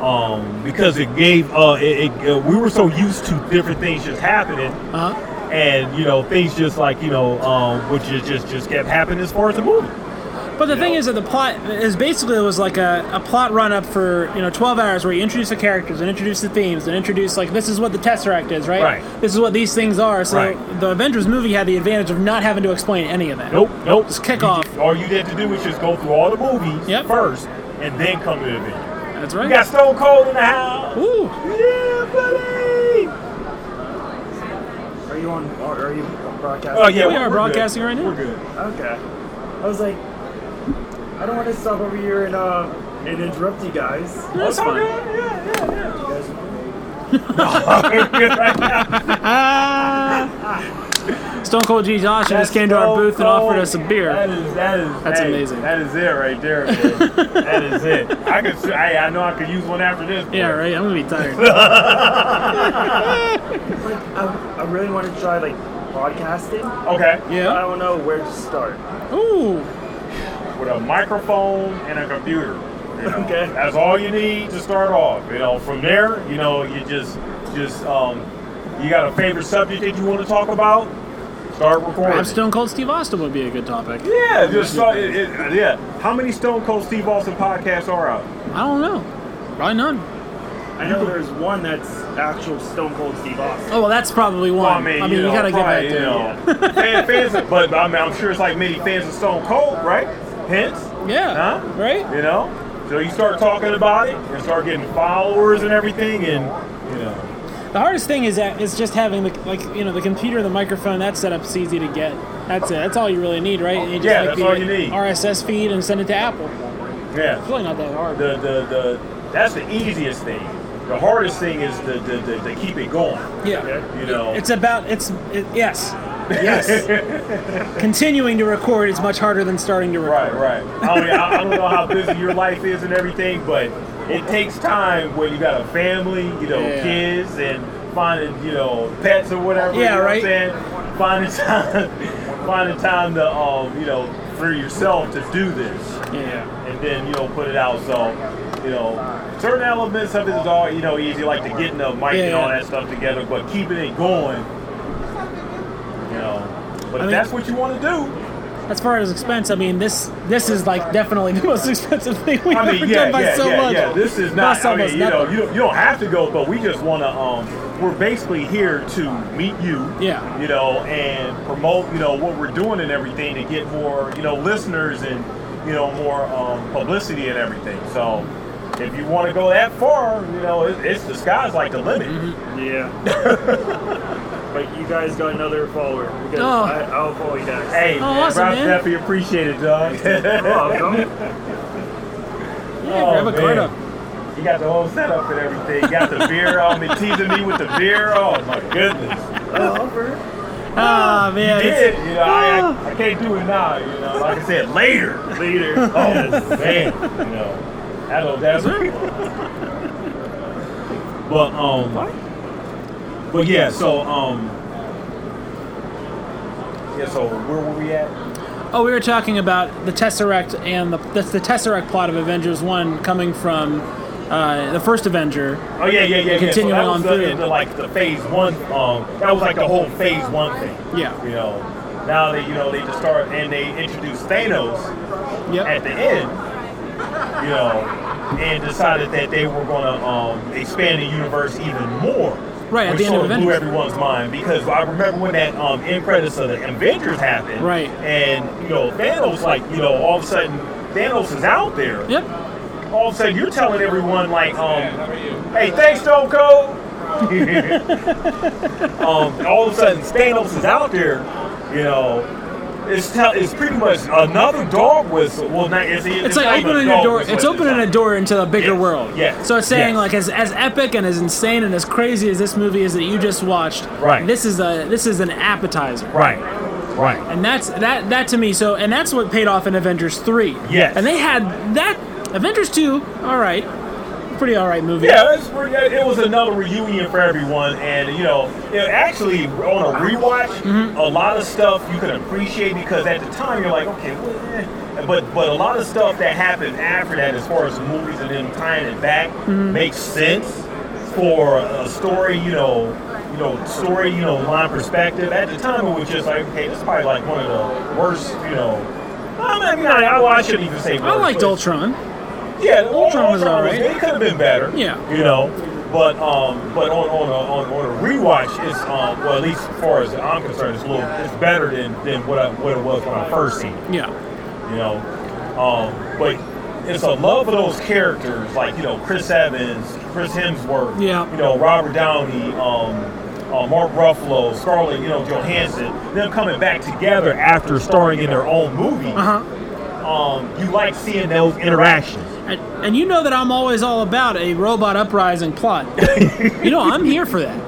Speaker 2: um, because it gave uh, it, it, uh, we were so used to different things just happening,
Speaker 1: Uh-huh.
Speaker 2: and you know things just like you know um, which is just just kept happening as far as the movie.
Speaker 1: But the thing is that the plot is basically it was like a, a plot run up for you know 12 hours where you introduce the characters and introduce the themes and introduce like this is what the Tesseract is right,
Speaker 2: Right.
Speaker 1: this is what these things are so
Speaker 2: Right.
Speaker 1: the Avengers movie had the advantage of not having to explain any of that
Speaker 2: Nope, nope.
Speaker 1: Just kick
Speaker 2: You
Speaker 1: off.
Speaker 2: just- all you had to do was just go through all the movies
Speaker 1: Yep.
Speaker 2: first, and then come to the video.
Speaker 1: that's
Speaker 2: We
Speaker 1: right
Speaker 2: got Stone Cold in the house.
Speaker 1: Ooh.
Speaker 2: Yeah, buddy.
Speaker 4: Are you on? Are are you broadcasting?
Speaker 2: Oh yeah,
Speaker 1: We
Speaker 2: we're
Speaker 1: are
Speaker 2: good.
Speaker 1: broadcasting right now.
Speaker 2: We're good.
Speaker 4: Okay. I was like, I don't want to stop over here and uh and interrupt you guys.
Speaker 1: that's
Speaker 2: It's all
Speaker 1: fine
Speaker 2: good. Yeah, yeah, yeah.
Speaker 4: You guys are amazing.
Speaker 1: Stone Cold G Josh just came to our
Speaker 2: That's so
Speaker 1: booth and offered
Speaker 2: cold.
Speaker 1: us a beer
Speaker 2: That is that is
Speaker 1: That's
Speaker 2: hey,
Speaker 1: amazing.
Speaker 2: That is it right there. man. that is it. I could s- I, I know I could use one after this. but-
Speaker 1: yeah right I'm gonna be tired
Speaker 4: Like, I, I really want to try like podcasting.
Speaker 2: Okay.
Speaker 4: but I
Speaker 1: yeah
Speaker 4: don't know where to start.
Speaker 1: ooh
Speaker 2: With a microphone and a computer. you know.
Speaker 4: Okay.
Speaker 2: That's all you need to start off. You know, from there, you know, you just just um, you got a favorite subject that you want to talk about. Start recording.
Speaker 1: I'm Stone Cold Steve Austin would be a good topic
Speaker 2: yeah, just start, it, it- yeah. How many Stone Cold Steve Austin podcasts are out?
Speaker 1: I don't know probably none
Speaker 4: I know there's one that's actual Stone Cold Steve Austin.
Speaker 1: oh well that's probably one
Speaker 2: Well, I mean, you,
Speaker 1: you,
Speaker 2: know,
Speaker 1: gotta get back
Speaker 2: probably,
Speaker 1: to
Speaker 2: you know, fan, fans, of- but I mean, I'm sure it's like many fans of Stone Cold, right? Hence,
Speaker 1: yeah
Speaker 2: Huh?
Speaker 1: right
Speaker 2: you know, so you start talking about it and start getting followers and everything, and you know,
Speaker 1: The hardest thing is that is just having the like you know the computer, the microphone, that setup's easy to get. That's it. That's all you really need, right? And you just
Speaker 2: Yeah,
Speaker 1: like
Speaker 2: that's
Speaker 1: the
Speaker 2: all you need.
Speaker 1: RSS feed and send it to Apple. It's
Speaker 2: yeah,
Speaker 1: really not that hard.
Speaker 2: the the the that's the easiest thing. The hardest thing is to to, to, to keep it going.
Speaker 1: yeah.
Speaker 2: You know,
Speaker 1: It's about it's it, yes, yes. Continuing to record is much harder than starting to record.
Speaker 2: Right, right. I don't, I I don't know how busy your life is and everything, but it takes time when you got a family, you know,
Speaker 1: Yeah.
Speaker 2: kids, and finding, you know, pets or whatever. you
Speaker 1: Yeah,
Speaker 2: know
Speaker 1: right.
Speaker 2: What I'm saying? Finding time, finding time to, um, you know, for yourself to do this,
Speaker 1: Yeah.
Speaker 2: and then you know, put it out. So, you know, certain elements of it is all you know easy, like the getting the mic and
Speaker 1: Yeah.
Speaker 2: all that stuff together, but keeping it going, you know. But
Speaker 1: I
Speaker 2: if
Speaker 1: mean-
Speaker 2: that's what you want to do,
Speaker 1: As far as expense, I mean this this is like definitely the most expensive thing we've
Speaker 2: I
Speaker 1: ever
Speaker 2: mean, yeah,
Speaker 1: done by
Speaker 2: yeah,
Speaker 1: so
Speaker 2: yeah,
Speaker 1: much.
Speaker 2: yeah. This is
Speaker 1: By
Speaker 2: not.
Speaker 1: so
Speaker 2: I mean,
Speaker 1: much
Speaker 2: you know,
Speaker 1: nothing.
Speaker 2: you don't, you don't have to go, but we just want to. Um, we're basically here to meet you.
Speaker 1: Yeah.
Speaker 2: You know, and promote. You know what we're doing and everything to get more. You know, listeners and you know more um, publicity and everything. So. If you want to
Speaker 1: Mm-hmm.
Speaker 2: go that far, you know it, it's the sky's like the limit.
Speaker 4: Yeah. But you guys got another follower because
Speaker 1: Oh.
Speaker 4: I, I'll follow you guys.
Speaker 2: Hey,
Speaker 1: Oh, awesome,
Speaker 2: Rob
Speaker 1: man.
Speaker 2: Zephyr, appreciate it, dog.
Speaker 4: You're welcome.
Speaker 1: Yeah, grab a card up.
Speaker 2: Oh, You got the whole setup and everything. You got the beer on me, teasing me with the beer. Oh my goodness.
Speaker 1: Oh man, it's- ah.
Speaker 2: Did you know? I, I, I can't do it now. You know, like I said, later.
Speaker 4: Later.
Speaker 2: Oh
Speaker 4: Yes.
Speaker 2: man, you know, that'll dazzle. but um, but yeah, so um, yeah, so where were we at?
Speaker 1: Oh, we were talking about the Tesseract and the that's the Tesseract plot of Avengers One coming from uh, the first Avenger.
Speaker 2: Oh yeah, yeah, yeah.
Speaker 1: Continuing
Speaker 2: yeah. So that
Speaker 1: on
Speaker 2: was the,
Speaker 1: through.
Speaker 2: into, like the phase one. Um, that was like the whole phase one thing.
Speaker 1: Yeah.
Speaker 2: You know, now they you know they just start and they introduce Thanos. at
Speaker 1: Yep.
Speaker 2: the end, you know, and decided that they were going to um, expand the universe even more.
Speaker 1: Right, at
Speaker 2: which
Speaker 1: the end of
Speaker 2: sort blew
Speaker 1: Avengers.
Speaker 2: everyone's mind because I remember when that um, end credits of the Avengers happened.
Speaker 1: Right.
Speaker 2: And, you know, Thanos, like, you know, all of a sudden, Thanos is out there
Speaker 1: Yep.
Speaker 2: all of a sudden you're telling everyone like, um, hey, thanks, Stone Cold. um, all of a sudden, Thanos is out there. You know, it's tell it's pretty much another dog whistle. Well, not it's,
Speaker 1: It's, like
Speaker 2: not even
Speaker 1: opening a
Speaker 2: dog
Speaker 1: door.
Speaker 2: whistle
Speaker 1: It's
Speaker 2: at the
Speaker 1: opening a
Speaker 2: time.
Speaker 1: door into a bigger
Speaker 2: Yes,
Speaker 1: world.
Speaker 2: yes,
Speaker 1: So it's saying
Speaker 2: yes.
Speaker 1: like as, as epic and as insane and as crazy as this movie is that you just watched.
Speaker 2: Right.
Speaker 1: This is a this is an appetizer.
Speaker 2: Right, right.
Speaker 1: And that's that that to me. So and that's what paid off in Avengers Three.
Speaker 2: Yes.
Speaker 1: And they had that Avengers Two. All right. Pretty all right movie.
Speaker 2: Yeah, it's pretty, it was another reunion for everyone, and you know, it actually on a rewatch,
Speaker 1: Mm-hmm.
Speaker 2: a lot of stuff you can appreciate because at the time you're like, okay, well, eh. but but a lot of stuff that happened after that, as far as the movies and them tying it back,
Speaker 1: Mm-hmm.
Speaker 2: makes sense for a story, you know, you know, story, you know, line perspective. At the time, it was just like, okay, this is probably like one of the worst, you know. I mean, I, I, I shouldn't even say.
Speaker 1: I
Speaker 2: worst,
Speaker 1: liked
Speaker 2: but-
Speaker 1: Ultron.
Speaker 2: yeah, the
Speaker 1: Ultron
Speaker 2: Ultron
Speaker 1: was
Speaker 2: was alright.
Speaker 1: alright.
Speaker 2: It could have been better.
Speaker 1: Yeah.
Speaker 2: You know, but um, but on on a, on, on a rewatch, it's um, well at least as far as I'm concerned, it's a little it's better than than what I, what it was when I first seen. it,
Speaker 1: Yeah.
Speaker 2: You know, um, but it's a love of those characters like you know Chris Evans, Chris Hemsworth.
Speaker 1: Yeah.
Speaker 2: You know Robert Downey. Um, uh, Mark Ruffalo, Scarlett, you know Johansson, them coming back together after starring in their own movie.
Speaker 1: Uh huh.
Speaker 2: Um, you like seeing those interactions.
Speaker 1: And, and you know that I'm always all about a robot uprising plot. you know, I'm here for that.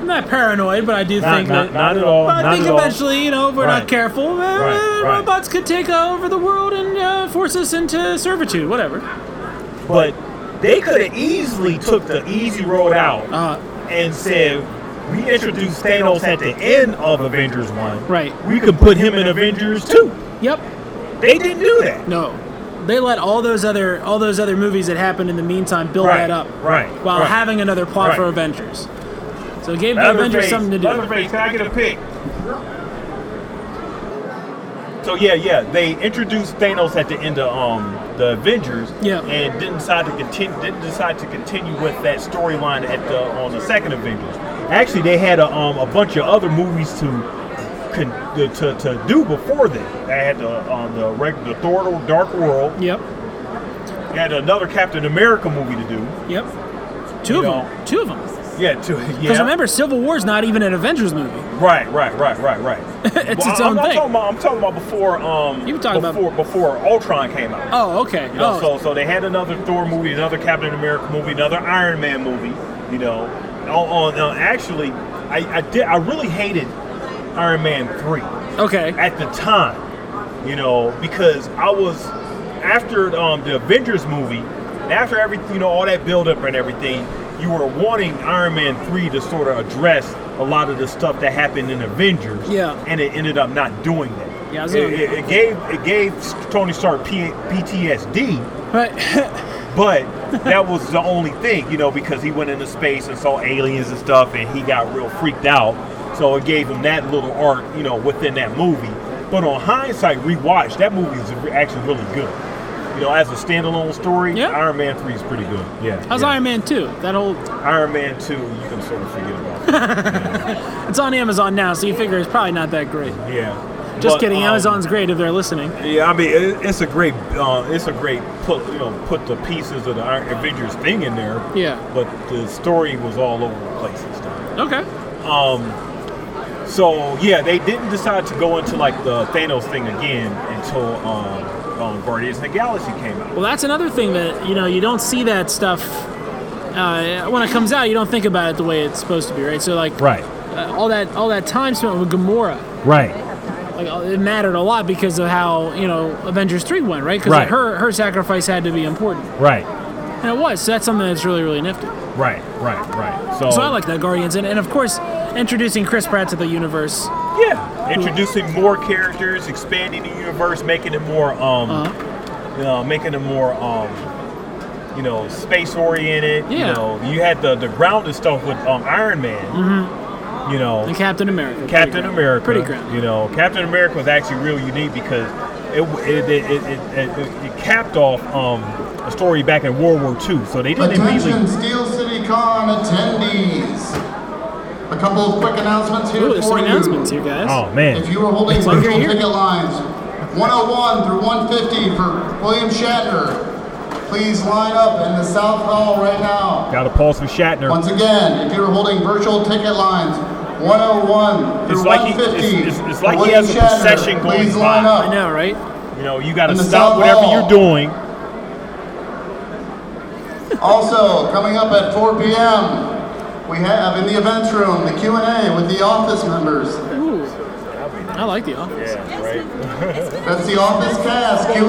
Speaker 1: I'm not paranoid, but I do
Speaker 2: Not,
Speaker 1: think
Speaker 2: not,
Speaker 1: that.
Speaker 2: not at all.
Speaker 1: but I
Speaker 2: not
Speaker 1: think
Speaker 2: at all.
Speaker 1: eventually, you know, if we're
Speaker 2: Right.
Speaker 1: not careful, uh,
Speaker 2: Right, right.
Speaker 1: robots could take over the world and uh, force us into servitude, whatever.
Speaker 2: But they could have easily took the easy road out
Speaker 1: Uh,
Speaker 2: and said, "We introduced Thanos at the end of Avengers One.
Speaker 1: Right.
Speaker 2: We could put him in Avengers Two.
Speaker 1: yep.
Speaker 2: They didn't do that.
Speaker 1: No. They let all those other all those other movies that happened in the meantime build
Speaker 2: Right,
Speaker 1: that up,
Speaker 2: right,
Speaker 1: While
Speaker 2: right.
Speaker 1: having another plot
Speaker 2: Right.
Speaker 1: for Avengers, so it gave the
Speaker 2: Leatherface,
Speaker 1: Avengers something to do.
Speaker 2: Leatherface, can I get a pick? So yeah, yeah, they introduced Thanos at the end of um the Avengers,
Speaker 1: Yeah.
Speaker 2: and didn't decide to continue didn't decide to continue with that storyline at the on the second Avengers. Actually, they had a, um a bunch of other movies to con, to, to, to do before that. They had the um the reg- the Thor Dark World.
Speaker 1: Yep.
Speaker 2: They had another Captain America movie to do.
Speaker 1: Yep. Two
Speaker 2: You
Speaker 1: of
Speaker 2: know.
Speaker 1: them. Two of them.
Speaker 2: Yeah, to
Speaker 1: Because
Speaker 2: yeah.
Speaker 1: remember, Civil War's not even an Avengers movie.
Speaker 2: Right, right, right, right, right.
Speaker 1: It's its
Speaker 2: I'm
Speaker 1: own
Speaker 2: not
Speaker 1: thing.
Speaker 2: Talking about, I'm talking about before um
Speaker 1: You were talking about-
Speaker 2: before before Ultron came out.
Speaker 1: Oh, okay.
Speaker 2: You know,
Speaker 1: oh,
Speaker 2: so so they had another Thor movie, another Captain America movie, another Iron Man movie. You know, on, on uh, actually, I, I did I really hated Iron Man three
Speaker 1: okay.
Speaker 2: at the time. You know, because I was after um, the Avengers movie, after everything, you know, all that build up and everything. You were wanting Iron Man three to sort of address a lot of the stuff that happened in Avengers.
Speaker 1: Yeah.
Speaker 2: and it ended up not doing that.
Speaker 1: Yeah, I was
Speaker 2: it,
Speaker 1: gonna-
Speaker 2: it- it gave it gave Tony Stark P- PTSD.
Speaker 1: But
Speaker 2: But that was the only thing, you know, because he went into space and saw aliens and stuff, and he got real freaked out. So it gave him that little arc, you know, within that movie. But on hindsight, rewatch that movie is actually really good. You know, as a standalone story,
Speaker 1: Yeah.
Speaker 2: Iron Man Three is pretty good. Yeah.
Speaker 1: how's
Speaker 2: yeah.
Speaker 1: Iron Man 2? That whole
Speaker 2: Iron Man Two? You can sort of forget about.
Speaker 1: it's on Amazon now, so you figure it's probably not that great.
Speaker 2: It. yeah.
Speaker 1: Just
Speaker 2: But,
Speaker 1: kidding.
Speaker 2: um,
Speaker 1: Amazon's great if they're listening.
Speaker 2: Yeah, I mean it, it's a great, uh, it's a great put, you know, put the pieces of the Iron Avengers thing in there.
Speaker 1: Yeah.
Speaker 2: But the story was all over the place and stuff.
Speaker 1: Okay.
Speaker 2: So yeah, they didn't decide to go into like the Thanos thing again until um, um, Guardians of the Galaxy came out.
Speaker 1: Well, that's another thing that you know you don't see that stuff uh, when it comes out. You don't think about it the way it's supposed to be, right? So like
Speaker 2: Right,
Speaker 1: uh, all that all that time spent with Gamora,
Speaker 2: right,
Speaker 1: like uh, it mattered a lot because of how you know Avengers three went, right? Because
Speaker 2: Right.
Speaker 1: her her sacrifice had to be important,
Speaker 2: right,
Speaker 1: and it was. So that's something that's really really nifty.
Speaker 2: right, right, right. So,
Speaker 1: So I like that Guardians, and, and of course introducing Chris Pratt to the universe.
Speaker 2: yeah, introducing more characters, expanding the universe, making it more um, uh, making it more um, you know, space oriented.
Speaker 1: Yeah.
Speaker 2: You know, you had the the grounded stuff with um, Iron Man. You know,
Speaker 1: And Captain America. Pretty
Speaker 2: Captain
Speaker 1: grand.
Speaker 2: America.
Speaker 1: Pretty grand.
Speaker 2: You know, Captain America was actually real unique because it it, it, it, it, it, it capped off um, a story back in World War II. So they didn't
Speaker 3: Attention
Speaker 2: immediately.
Speaker 3: Steel City Con attendees. A couple of quick announcements here
Speaker 1: Ooh, there's
Speaker 3: for
Speaker 1: some
Speaker 3: you.
Speaker 1: announcements here, guys.
Speaker 2: Oh
Speaker 3: If
Speaker 2: man!
Speaker 3: you are holding
Speaker 1: Plug your
Speaker 3: virtual
Speaker 1: ear.
Speaker 3: ticket lines 101 through 150 for William Shatner, please line up in the South Hall right now.
Speaker 2: Got a pulse with Shatner.
Speaker 3: Once again, if you're holding virtual ticket lines 101 through
Speaker 2: It's like he-
Speaker 3: 150
Speaker 2: it's- it's- it's like he
Speaker 3: for William
Speaker 2: has a
Speaker 3: Shatner,
Speaker 2: procession going
Speaker 3: please
Speaker 2: by.
Speaker 3: line up.
Speaker 1: I know, right?
Speaker 2: You know, you got to
Speaker 3: In the
Speaker 2: stop
Speaker 3: South
Speaker 2: whatever
Speaker 3: Hall.
Speaker 2: you're doing.
Speaker 3: Also, coming up at 4 p.m., we have in the events room the Q&A with the office members.
Speaker 1: Ooh, I like the office.
Speaker 3: That's the office cast Q&A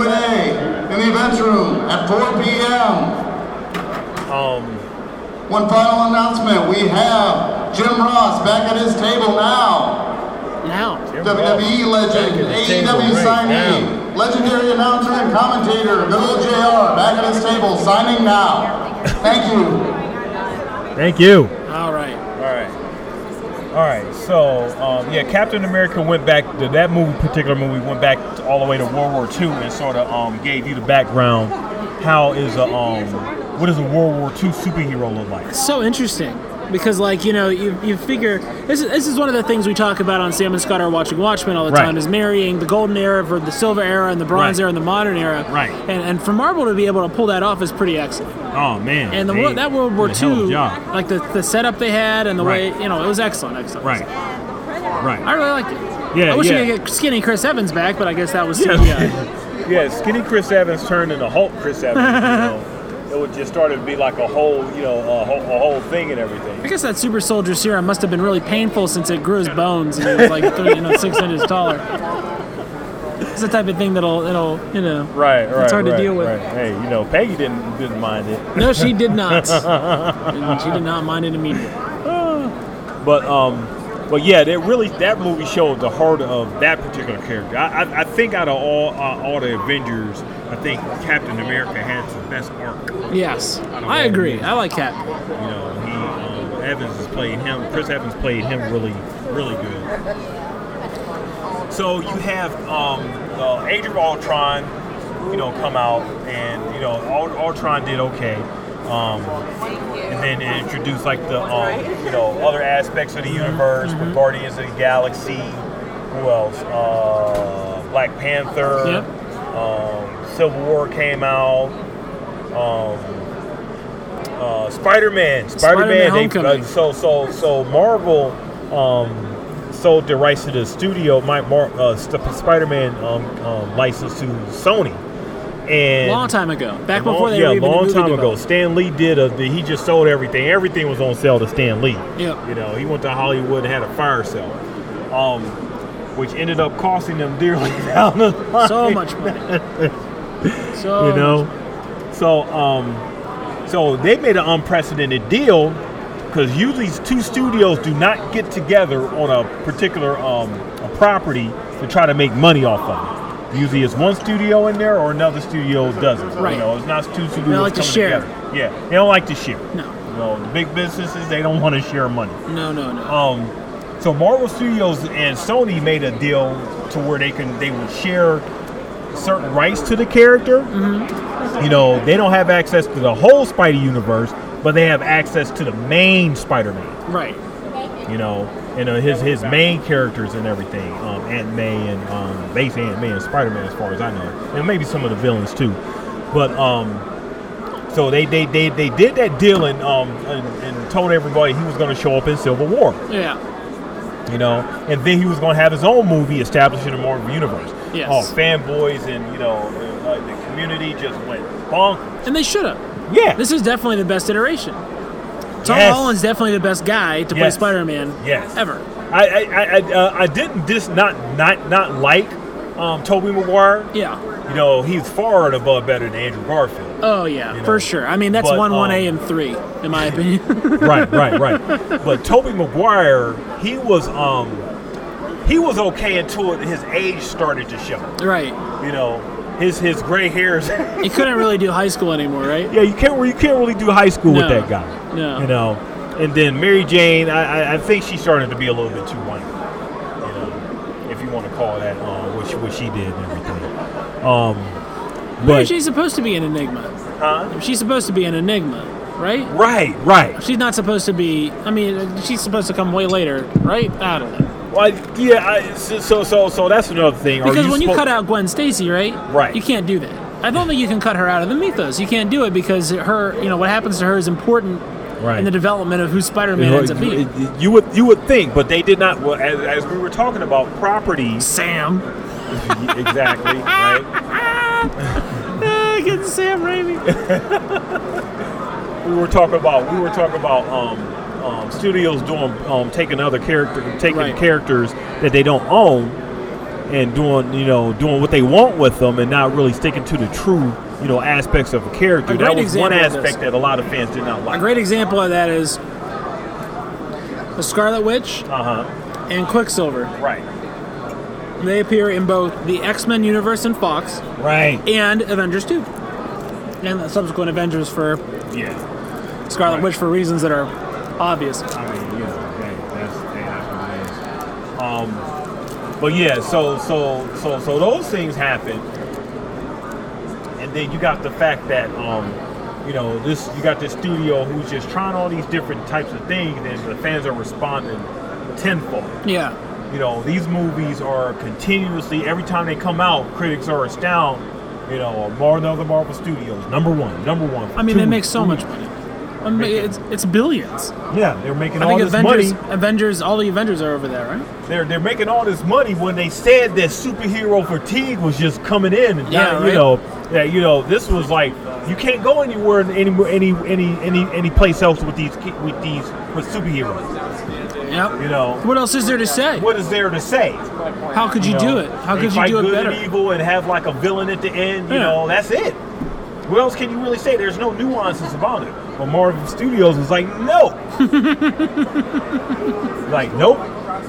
Speaker 3: in the events room at 4 p.m.
Speaker 2: Um,
Speaker 3: One final announcement: we have Jim Ross back at his table now.
Speaker 1: Now,
Speaker 3: WWE
Speaker 2: Back
Speaker 3: legend,
Speaker 2: at the table
Speaker 3: AEW
Speaker 2: right
Speaker 3: signee, legendary announcer and commentator, good old JR, back at his table signing now. Thank you.
Speaker 2: Thank you.
Speaker 1: all right.
Speaker 2: All right. All right. So um, yeah, Captain America went back. To, that movie, particular movie, went back to- all the way to World War II and sort of um, gave you the background. How is a um, what does a World War II superhero look like?
Speaker 1: So interesting because, like, you know, you, you figure this is, this is one of the things we talk about on Sam and Scott are watching Watchmen all the
Speaker 2: Right.
Speaker 1: time is marrying the golden era for the silver era and the bronze
Speaker 2: Right.
Speaker 1: era and the modern era.
Speaker 2: Right.
Speaker 1: And, and for Marvel to be able to pull that off is pretty excellent.
Speaker 2: Oh man.
Speaker 1: And the
Speaker 2: They
Speaker 1: world that World
Speaker 2: did
Speaker 1: War
Speaker 2: a hell of a
Speaker 1: II,
Speaker 2: job.
Speaker 1: like the, the setup they had and the
Speaker 2: Right.
Speaker 1: way, you know, it was excellent, excellent.
Speaker 2: Right.
Speaker 1: I
Speaker 2: Right.
Speaker 1: really liked it.
Speaker 2: Yeah,
Speaker 1: I wish
Speaker 2: yeah.
Speaker 1: we could get skinny Chris Evans back, but I guess that was CGI.
Speaker 2: Yeah. yeah. Skinny Chris Evans turned into Hulk Chris Evans. You know, it would just start to be like a whole, you know, a whole, a whole thing and
Speaker 1: I
Speaker 2: everything.
Speaker 1: guess that super soldier serum must have been really painful since it grew his bones and he was like three, you know, six inches taller. It's the type of thing that'll, it'll, you know.
Speaker 2: Right. Right.
Speaker 1: hard to
Speaker 2: right,
Speaker 1: deal with.
Speaker 2: Right. Hey, you know, Peggy didn't didn't mind it.
Speaker 1: No, she did not. And she did not mind it immediately.
Speaker 2: But um, but yeah, that really that movie showed the heart of that particular character. I, I, I think out of all uh, all the Avengers, I think Captain America had the best arc. You
Speaker 1: Yes, I agree. I like Cap.
Speaker 2: know, he um, Evans has played him. Chris Evans played him really really good. So you have um, uh, Age of Ultron, you know, come out and you know Ul- Ultron did okay. Um, and then it introduced like the um, you know other aspects of the universe with Guardians of the Galaxy. Who else? Uh, Black Panther.
Speaker 1: Yep.
Speaker 2: Um, Civil War came out. Um, uh, Spider Man. Spider
Speaker 1: Spider-Man
Speaker 2: Man.
Speaker 1: Homecoming.
Speaker 2: uh, so so so Marvel. Um, sold the rights to the studio, my Mar- uh, Spider Man um, um, license to Sony, and
Speaker 1: Long time ago, back
Speaker 2: Long-
Speaker 1: before they
Speaker 2: yeah,
Speaker 1: were even
Speaker 2: long
Speaker 1: in
Speaker 2: time
Speaker 1: movie
Speaker 2: ago. Stan Lee did a. He just sold everything. Everything was on sale to Stan Lee.
Speaker 1: Yep.
Speaker 2: You know, he went to Hollywood and had a fire sale, um, which ended up costing them dearly down the
Speaker 1: development.
Speaker 2: line.
Speaker 1: So much money. So
Speaker 2: You know, so um, so they made an unprecedented deal because usually two studios do not get together on a particular um a property to try to make money off of it. Usually, it's one studio in there or another studio doesn't.
Speaker 1: Right.
Speaker 2: You know, it's not two studios
Speaker 1: like to
Speaker 2: coming
Speaker 1: share.
Speaker 2: together. Yeah, they don't like to share.
Speaker 1: No.
Speaker 2: You know, the big businesses they don't want to share money.
Speaker 1: no, no, no.
Speaker 2: Um, so Marvel Studios and Sony made a deal to where they can they would share certain rights to the character. You know, they don't have access to the whole Spidey universe, but they have access to the main Spider-Man.
Speaker 1: Right.
Speaker 2: You know, and uh, his his main characters and everything, um, Aunt May and um, base Aunt May and Spider-Man, as far as I know, and maybe some of the villains too. But um, So they they, they, they did that deal and um and, and told everybody he was going to show up in Civil War,
Speaker 1: Yeah.
Speaker 2: you know, and then he was going to have his own movie establishing the Marvel Universe.
Speaker 1: Yes.
Speaker 2: Oh, fanboys and you know the, like, the community just went bonkers.
Speaker 1: And they should have.
Speaker 2: Yeah.
Speaker 1: This is definitely the best iteration. Tom
Speaker 2: Yes.
Speaker 1: Holland's definitely the best guy to play
Speaker 2: Yes.
Speaker 1: Spider-Man
Speaker 2: Yes.
Speaker 1: ever.
Speaker 2: I I, I, I, uh, I didn't dis not not not like um Tobey Maguire.
Speaker 1: Yeah.
Speaker 2: You know, he's far and above better than Andrew Garfield.
Speaker 1: Oh yeah,
Speaker 2: You know,
Speaker 1: for sure. I mean, that's
Speaker 2: but,
Speaker 1: one one A
Speaker 2: um,
Speaker 1: and three, in my opinion.
Speaker 2: right, right, right. But Toby Maguire, he was um he was okay until his age started to show.
Speaker 1: right.
Speaker 2: You know, his his gray hairs. yeah,
Speaker 1: He couldn't really do high school anymore, right?
Speaker 2: you can't re- you can't really do high school with
Speaker 1: No,
Speaker 2: that guy.
Speaker 1: no.
Speaker 2: You know, and then Mary Jane, I, I I think she started to be a little bit too whiny. You know, if you want to call that um, what she, what she did and everything. Um,
Speaker 1: Maybe
Speaker 2: but
Speaker 1: she's supposed to be an enigma.
Speaker 2: huh?
Speaker 1: She's supposed to be an enigma, right?
Speaker 2: Right, right.
Speaker 1: She's not supposed to be. I mean, she's supposed to come way later, right? I don't know.
Speaker 2: Well, I- yeah. I, so, so, so, so that's another thing. Are
Speaker 1: Because when you
Speaker 2: supposed-
Speaker 1: cut out Gwen Stacy, right?
Speaker 2: Right.
Speaker 1: You can't do that. I don't think you can cut her out of the mythos. You can't do it because her, you know, what happens to her is important
Speaker 2: Right.
Speaker 1: in the development of who Spider-Man
Speaker 2: You know,
Speaker 1: ends up
Speaker 2: you,
Speaker 1: being.
Speaker 2: you would you would think, but they did not. Well, as, as we were talking about properties,
Speaker 1: Sam.
Speaker 2: exactly, right?
Speaker 1: Ah, Getting Sam Raimi.
Speaker 2: We were talking about we were talking about um, um, studios doing um, taking other character taking
Speaker 1: Right.
Speaker 2: characters that they don't own and doing you know doing what they want with them and not really sticking to the true you know aspects of a character.
Speaker 1: A
Speaker 2: that
Speaker 1: great
Speaker 2: was one
Speaker 1: example of
Speaker 2: aspect
Speaker 1: this.
Speaker 2: that a lot of fans did not
Speaker 1: A
Speaker 2: like.
Speaker 1: great example of that is the Scarlet Witch
Speaker 2: uh huh.
Speaker 1: and Quicksilver.
Speaker 2: Right.
Speaker 1: They appear in both the X-Men universe and Fox.
Speaker 2: Right.
Speaker 1: and Avengers 2. And the subsequent Avengers for
Speaker 2: Yeah.
Speaker 1: Scarlet
Speaker 2: Right.
Speaker 1: Witch for reasons that are obvious.
Speaker 2: I mean, you know, hey, that's hey, that's what it is. But yeah, so so so so those things happen, and then you got the fact that um, you know this you got this studio who's just trying all these different types of things, and the fans are responding tenfold.
Speaker 1: Yeah.
Speaker 2: You know these movies are continuously every time they come out, critics are astounded. You know, more than other Marvel Studios, number one, number one.
Speaker 1: I mean,
Speaker 2: two,
Speaker 1: they make so
Speaker 2: three.
Speaker 1: much money. I mean, it's, it's billions.
Speaker 2: Yeah, they're making
Speaker 1: I
Speaker 2: all
Speaker 1: think
Speaker 2: this
Speaker 1: Avengers,
Speaker 2: money.
Speaker 1: Avengers, all the Avengers are over there, right?
Speaker 2: They're they're making all this money when they said that superhero fatigue was just coming in. And
Speaker 1: Yeah,
Speaker 2: not,
Speaker 1: right.
Speaker 2: you know that you know this was like you can't go anywhere in any any any any any place else with these ki- with these with superheroes.
Speaker 1: Yep.
Speaker 2: You know
Speaker 1: What else is there to say?
Speaker 2: what is there to say?
Speaker 1: How could you
Speaker 2: know?
Speaker 1: do it? How
Speaker 2: They
Speaker 1: could you
Speaker 2: fight
Speaker 1: do it
Speaker 2: good
Speaker 1: better?
Speaker 2: And evil and have like a villain at the end. You
Speaker 1: Yeah.
Speaker 2: know that's it. What else can you really say? There's no nuances about it. But Marvel Studios was like, no. like, nope.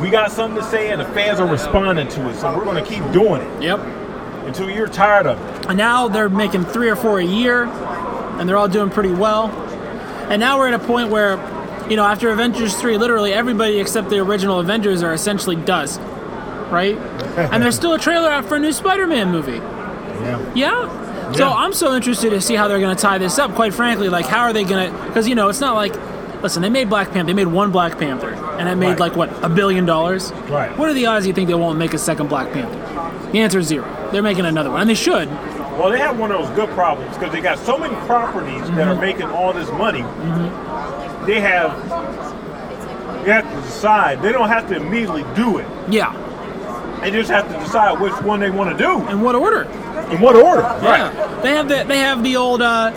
Speaker 2: We got something to say, and the fans are responding to it, so we're going to keep doing it
Speaker 1: Yep.
Speaker 2: until you're tired of it.
Speaker 1: And now they're making three or four a year, and they're all doing pretty well. And now we're at a point where, you know, after Avengers 3, literally everybody except the original Avengers are essentially dust, right? and there's still a trailer out for a new Spider Man movie.
Speaker 2: Yeah.
Speaker 1: Yeah? So
Speaker 2: Yeah.
Speaker 1: I'm so interested to see how they're going to tie this up, quite frankly. Like, how are they going to. Because, you know, it's not like. Listen, they made Black Panther. They made one Black Panther, and it made
Speaker 2: Right.
Speaker 1: like what a billion dollars.
Speaker 2: Right.
Speaker 1: What are the odds you think they won't make a second Black Panther? The answer is zero. They're making another one, and they should.
Speaker 2: Well, they have one of those good problems because they got so many properties that
Speaker 1: Mm-hmm.
Speaker 2: are making all this money. They have they have to decide. They don't have to immediately do it.
Speaker 1: Yeah.
Speaker 2: They just have to decide which one they want to do
Speaker 1: In what order?
Speaker 2: in what order.
Speaker 1: Yeah. They have the they have the old uh,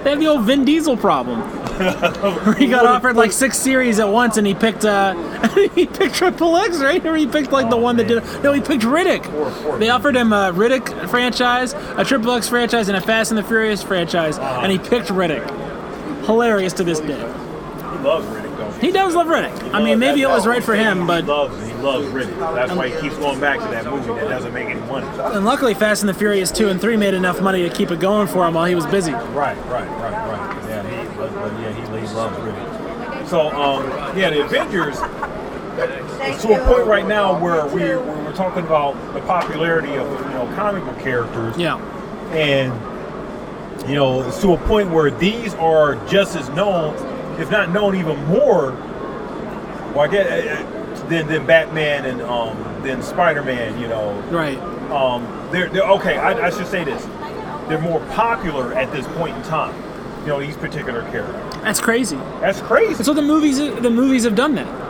Speaker 1: they have the old Vin Diesel problem. Where he got offered like six series at once, and he picked uh, he picked Triple X, right? Or he picked like the one that did. No, he picked Riddick. They offered him a Riddick franchise, a Triple X franchise, and a Fast and the Furious franchise, and he picked Riddick. Hilarious to this day.
Speaker 2: He loves Riddick, though.
Speaker 1: He does love Riddick. I mean, maybe it was right for him,
Speaker 2: he
Speaker 1: but
Speaker 2: loves he loves Riddick. That's why he keeps going back to that movie that doesn't make any money.
Speaker 1: and luckily, Fast and the Furious two and three made enough money to keep it going for him while he was busy.
Speaker 2: Right, right, right, right. Yeah, he, but, but yeah, he, he loves Riddick. So, um, yeah, the Avengers is to a point right now where we we're, we're talking about the popularity of you know comic book characters,
Speaker 1: Yeah.
Speaker 2: and you know it's to a point where these are just as known, if not known even more. Well, I guess uh, uh, than than Batman and um than Spider Man, you know,
Speaker 1: Right.
Speaker 2: um, they're, they're okay. I, I should say this: they're more popular at this point in time. you know each particular character.
Speaker 1: That's crazy.
Speaker 2: That's crazy.
Speaker 1: So the movies the movies have done that.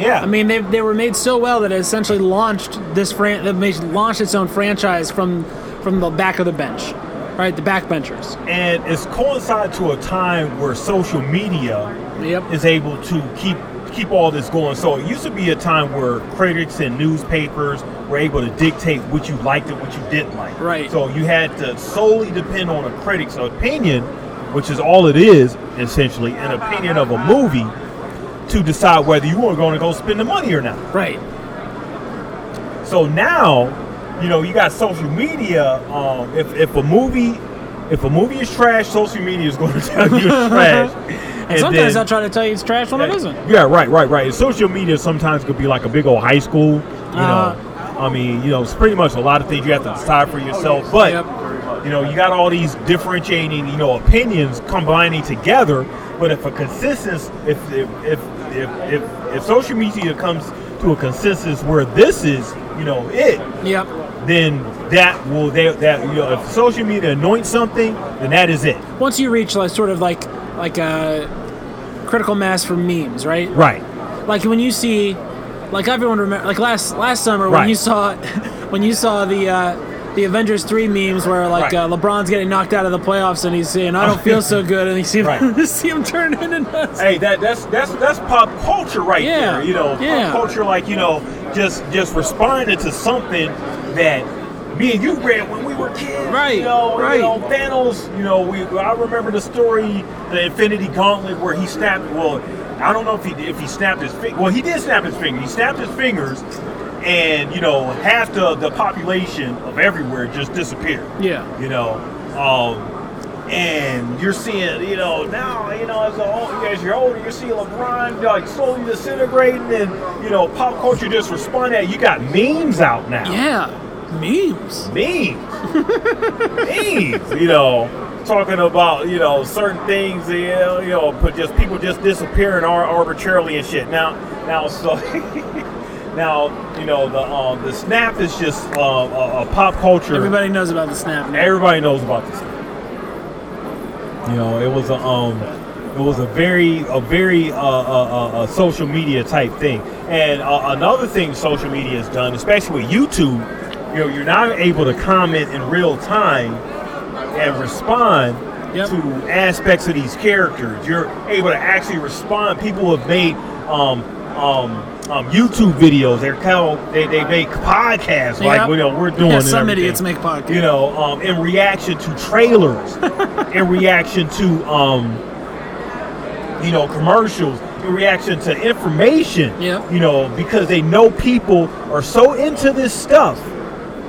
Speaker 2: Yeah,
Speaker 1: I mean, they they were made so well that it essentially launched this fran- that made- launched its own franchise from from the back of the bench, right? The backbenchers.
Speaker 2: and it's coincide to a time where social media
Speaker 1: Yep.
Speaker 2: is able to keep keep all this going. So it used to be a time where critics and newspapers were able to dictate what you liked and what you didn't like.
Speaker 1: Right.
Speaker 2: So you had to solely depend on a critic's opinion, which is all it is essentially, an opinion of a movie to decide whether you were going to go spend the money or not.
Speaker 1: right.
Speaker 2: So now, you know, you got social media. Um, if, if a movie, if a movie is trash, social media is going to tell you it's trash.
Speaker 1: And, sometimes
Speaker 2: then-
Speaker 1: they'll try to tell you it's trash when it isn't.
Speaker 2: yeah, right, right, right. And social media sometimes could be like a big old high school. You
Speaker 1: Uh-huh.
Speaker 2: know, I mean, you know, it's pretty much a lot of things you have to decide for yourself. But
Speaker 1: Yep.
Speaker 2: you know, you got all these differentiating, you know, opinions combining together. But if a consensus, if if if if, if, if social media comes to a consensus where this is, you know, it,
Speaker 1: Yep.
Speaker 2: then that will that that you know, if social media anoints something, then that is it.
Speaker 1: Once you reach like sort of like like a critical mass for memes, right?
Speaker 2: Right.
Speaker 1: Like when you see, like everyone remember, like last last summer when
Speaker 2: Right.
Speaker 1: you saw when you saw the. Uh, the Avengers three memes where like
Speaker 2: Right.
Speaker 1: uh, LeBron's getting knocked out of the playoffs and he's saying I don't feel so good and you see him,
Speaker 2: Right.
Speaker 1: see him turn into nuts.
Speaker 2: Hey, that that's that's that's pop culture right
Speaker 1: Yeah,
Speaker 2: there. You know,
Speaker 1: yeah.
Speaker 2: pop culture like you know, just just responding to something that me and you read when we were kids.
Speaker 1: Right,
Speaker 2: You know,
Speaker 1: right.
Speaker 2: You know, Thanos. You know, we I remember the story, the Infinity Gauntlet, where he snapped. Well, I don't know if he did- if he snapped his finger. Well, he did snap his finger. He snapped his fingers, and you know, half the the population of everywhere just disappeared
Speaker 1: Yeah.
Speaker 2: you know. Um, and you're seeing, you know, now, you know, as, a, old- as you're older, you're seeing LeBron like slowly disintegrating, and you know, pop culture just responding. You got memes out now.
Speaker 1: Yeah, memes.
Speaker 2: Memes, memes. You know, talking about you know certain things. You know, you know, but just people just disappearing ar- arbitrarily and shit. Now, now, so. Now you know the um, the snap is just uh, a, a pop culture.
Speaker 1: Everybody knows about the snap. now.
Speaker 2: Everybody knows about this. You know, it was a um, it was a very a very uh, uh, uh, uh, social media type thing. And uh, another thing social media has done, especially with YouTube, you know, you're not able to comment in real time and respond
Speaker 1: Yep.
Speaker 2: to aspects of these characters. You're able to actually respond. People have made um, um, um, YouTube videos. They're called they, they make podcasts
Speaker 1: Yep.
Speaker 2: like you know we're doing.
Speaker 1: Yeah,
Speaker 2: and
Speaker 1: some
Speaker 2: everything
Speaker 1: idiots make podcasts.
Speaker 2: you know, um, in reaction to trailers, in reaction to, um, you know, commercials, in reaction to information,
Speaker 1: Yeah.
Speaker 2: you know, because they know people are so into this stuff.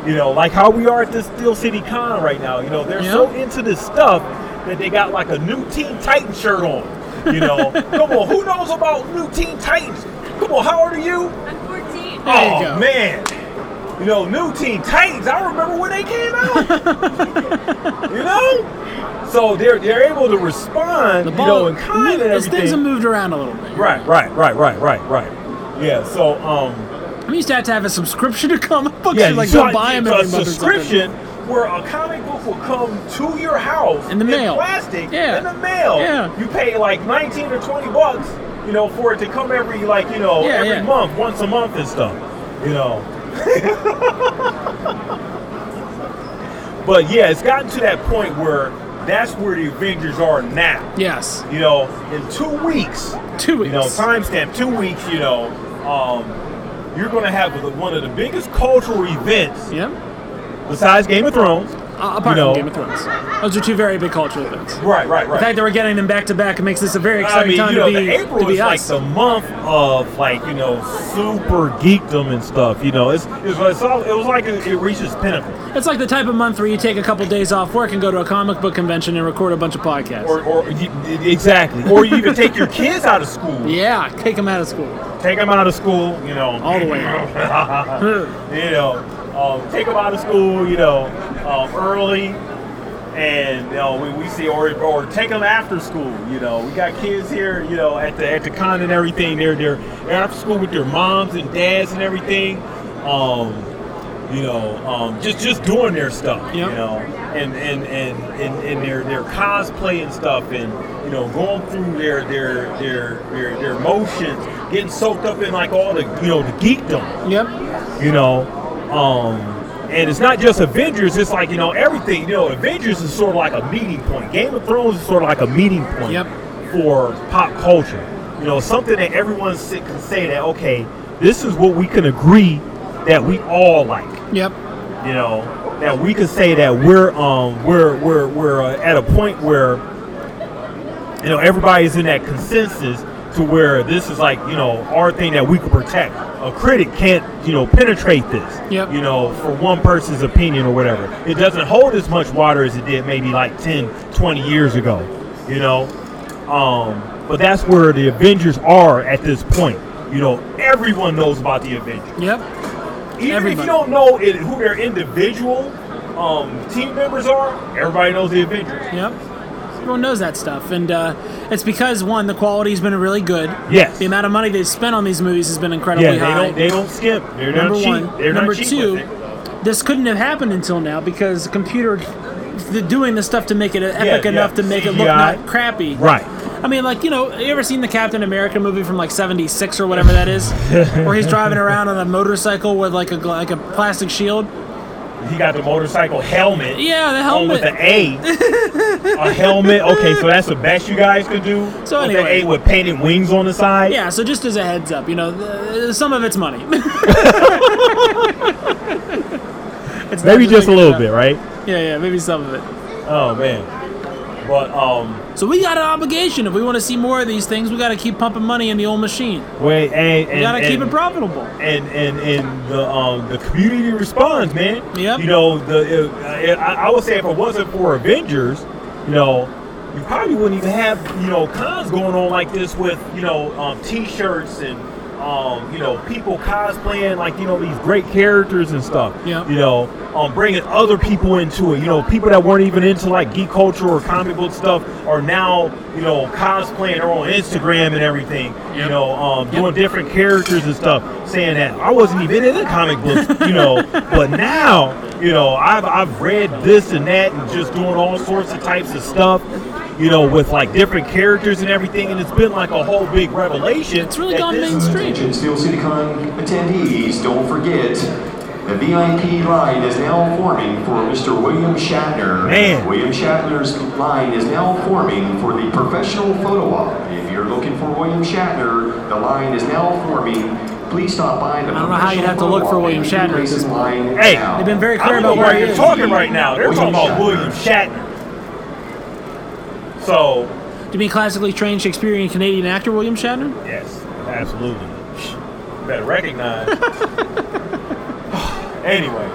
Speaker 2: You know, like how we are at this Steel City Con right now. You know, they're
Speaker 1: Yeah.
Speaker 2: so into this stuff that they got like a new Teen Titan shirt on. You know, come on, who knows about new Teen Titans? Come on, how old are you?
Speaker 5: I'm 14.
Speaker 1: There you
Speaker 2: oh
Speaker 1: go.
Speaker 2: man, you know, new Teen Titans. I remember when they came out. you know, so they're they're able to respond,
Speaker 1: The
Speaker 2: you know,
Speaker 1: ball,
Speaker 2: in kind and
Speaker 1: as things have
Speaker 2: everything.
Speaker 1: moved around a little bit.
Speaker 2: Right, right, right, right, right, right. Yeah. So um,
Speaker 1: We used to have to have a subscription to comic books.
Speaker 2: yeah,
Speaker 1: you like
Speaker 2: so
Speaker 1: go buy them
Speaker 2: a
Speaker 1: every month. or
Speaker 2: subscription. Where a comic book will come to your house
Speaker 1: In the mail.
Speaker 2: plastic,
Speaker 1: Yeah.
Speaker 2: in the mail.
Speaker 1: Yeah.
Speaker 2: You pay like nineteen or twenty bucks, you know, for it to come every like you know
Speaker 1: Yeah,
Speaker 2: every
Speaker 1: yeah.
Speaker 2: month, once a month and stuff, you know. But yeah, it's gotten to that point where that's where the Avengers are now.
Speaker 1: something. Yes,
Speaker 2: You know, in two weeks,
Speaker 1: two weeks.
Speaker 2: you know, timestamp two weeks. You know, um, you're going to have the, one of the biggest cultural events
Speaker 1: Yep.
Speaker 2: besides Game of Thrones.
Speaker 1: Uh, apart
Speaker 2: You know-
Speaker 1: from Game of Thrones, those are two very big cultural events.
Speaker 2: Right, right,
Speaker 1: The
Speaker 2: right.
Speaker 1: fact that we're getting them back to back makes this a very
Speaker 2: I
Speaker 1: exciting
Speaker 2: mean,
Speaker 1: time
Speaker 2: you know,
Speaker 1: to be
Speaker 2: the April
Speaker 1: to be
Speaker 2: is like
Speaker 1: us.
Speaker 2: the month of like you know super geekdom and stuff. You know, it's it's, it's all, it was like it, it reaches pinnacle.
Speaker 1: it's like the type of month where you take a couple days off work and go to a comic book convention and record a bunch of podcasts.
Speaker 2: Or, or you- exactly, or you even take your kids out of school.
Speaker 1: yeah, take them out of school.
Speaker 2: take them out of school, you know,
Speaker 1: All the way.
Speaker 2: you know, um, take them out of school, you know, um, early, and you know, we, we see or or take them after school, you know. We got kids here, you know, at the at the con and everything. They're they're, they're after school with their moms and dads and everything. Um, you know, um, just just doing their stuff,
Speaker 1: Yep.
Speaker 2: you know, and and and and, and their, their cosplay and stuff, and you know, going through their their their their, their motions, getting soaked up in like all the you know the geekdom,
Speaker 1: Yep.
Speaker 2: you know, um, and it's not just Avengers. It's like you know everything. You know, Avengers is sort of like a meeting point. Game of Thrones is sort of like a meeting point
Speaker 1: Yep.
Speaker 2: for pop culture. You know, something that everyone si- can say that okay, this is what we can agree that we all like
Speaker 1: Yep.
Speaker 2: you know that we could say that we're um we're we're we're uh, at a point where you know everybody's in that consensus to where this is like you know our thing that we could protect a critic can't you know penetrate this
Speaker 1: Yep.
Speaker 2: you know for one person's opinion or whatever it doesn't hold as much water as it did maybe like 10 20 years ago you know um but that's where the avengers are at this point you know everyone knows about the avengers
Speaker 1: Yep.
Speaker 2: even if
Speaker 1: Everybody.
Speaker 2: you don't know it, who their individual um, team members are, everybody knows the Avengers.
Speaker 1: Yep. Everyone knows that stuff, and uh, it's because one, the quality's been really good.
Speaker 2: Yes.
Speaker 1: The amount of money they've spent on these movies has been incredibly
Speaker 2: Yeah, they
Speaker 1: high.
Speaker 2: don't they don't skip. They're not
Speaker 1: Number
Speaker 2: cheap.
Speaker 1: one.
Speaker 2: They're
Speaker 1: Number
Speaker 2: not cheap
Speaker 1: two,
Speaker 2: with it.
Speaker 1: this couldn't have happened until now because computer the, doing the stuff to make it e-, epic
Speaker 2: yeah.
Speaker 1: enough to make it look
Speaker 2: CGI.
Speaker 1: not crappy.
Speaker 2: Right.
Speaker 1: I mean, like you know, you ever seen the Captain America movie from like '76 or whatever that is, where he's driving around on a motorcycle with like a gla- like a plastic shield?
Speaker 2: He got the motorcycle helmet.
Speaker 1: Yeah, the
Speaker 2: on Oh, with
Speaker 1: helmet.
Speaker 2: the A. a helmet. Okay, so that's the best you guys could do.
Speaker 1: So
Speaker 2: with
Speaker 1: anyway.
Speaker 2: the A with painted wings on the side.
Speaker 1: Yeah, so just as a heads up, you know, th- some of it's money. It's not
Speaker 2: Maybe just a
Speaker 1: making
Speaker 2: little
Speaker 1: it
Speaker 2: bit,
Speaker 1: up.
Speaker 2: right?
Speaker 1: Yeah, yeah, maybe some of it.
Speaker 2: Oh man. But um
Speaker 1: So we got an obligation. If we want to see more of these things, we got to keep pumping money in the old machine.
Speaker 2: wait and, and
Speaker 1: We got to keep
Speaker 2: and-
Speaker 1: it profitable.
Speaker 2: and and and the um the community responds, man.
Speaker 1: Yep.
Speaker 2: You know the uh, I, I would say if it wasn't for Avengers, you know, you probably wouldn't even have you know cons going on like this with you know um, t-shirts and um you know people cosplaying like you know these great characters and stuff.
Speaker 1: Yep.
Speaker 2: You know, um bringing other people into it. You know, people that weren't even into like geek culture or comic book stuff are now you know cosplaying or on Instagram and everything. You
Speaker 1: Yep.
Speaker 2: know, um,
Speaker 1: Yep.
Speaker 2: doing different characters and stuff, saying that I wasn't even in the comic books, you know. but now, you know, I've I've read this and that, and just doing all sorts of types of stuff, you know, with like different characters and everything, and it's been like a whole big revelation.
Speaker 1: It's really
Speaker 2: that
Speaker 1: gone
Speaker 2: this-
Speaker 1: mainstream.
Speaker 5: Attention Steel CityCon attendees, don't forget, the VIP line is now forming for Mr. William Shatner.
Speaker 2: Man.
Speaker 5: William Shatner's line is now forming for the professional photo op. If you're looking for William Shatner, the line is now forming. Please stop by the
Speaker 1: I don't know how you'd have to
Speaker 5: professional
Speaker 1: look for
Speaker 5: photo op
Speaker 1: William
Speaker 5: and you
Speaker 1: Shatner at
Speaker 5: raise
Speaker 1: this
Speaker 5: his
Speaker 1: point.
Speaker 5: line
Speaker 2: Hey,
Speaker 5: now.
Speaker 1: They've been very
Speaker 2: I
Speaker 1: clear
Speaker 2: don't know
Speaker 1: about
Speaker 2: why
Speaker 1: where he
Speaker 2: you're
Speaker 1: is.
Speaker 2: talking right now. They're
Speaker 5: William
Speaker 2: talking about
Speaker 5: Shatner.
Speaker 2: William Shatner. So
Speaker 1: To be classically trained Shakespearean Canadian actor William Shatner?
Speaker 2: Yes, absolutely. Better recognize. anyway,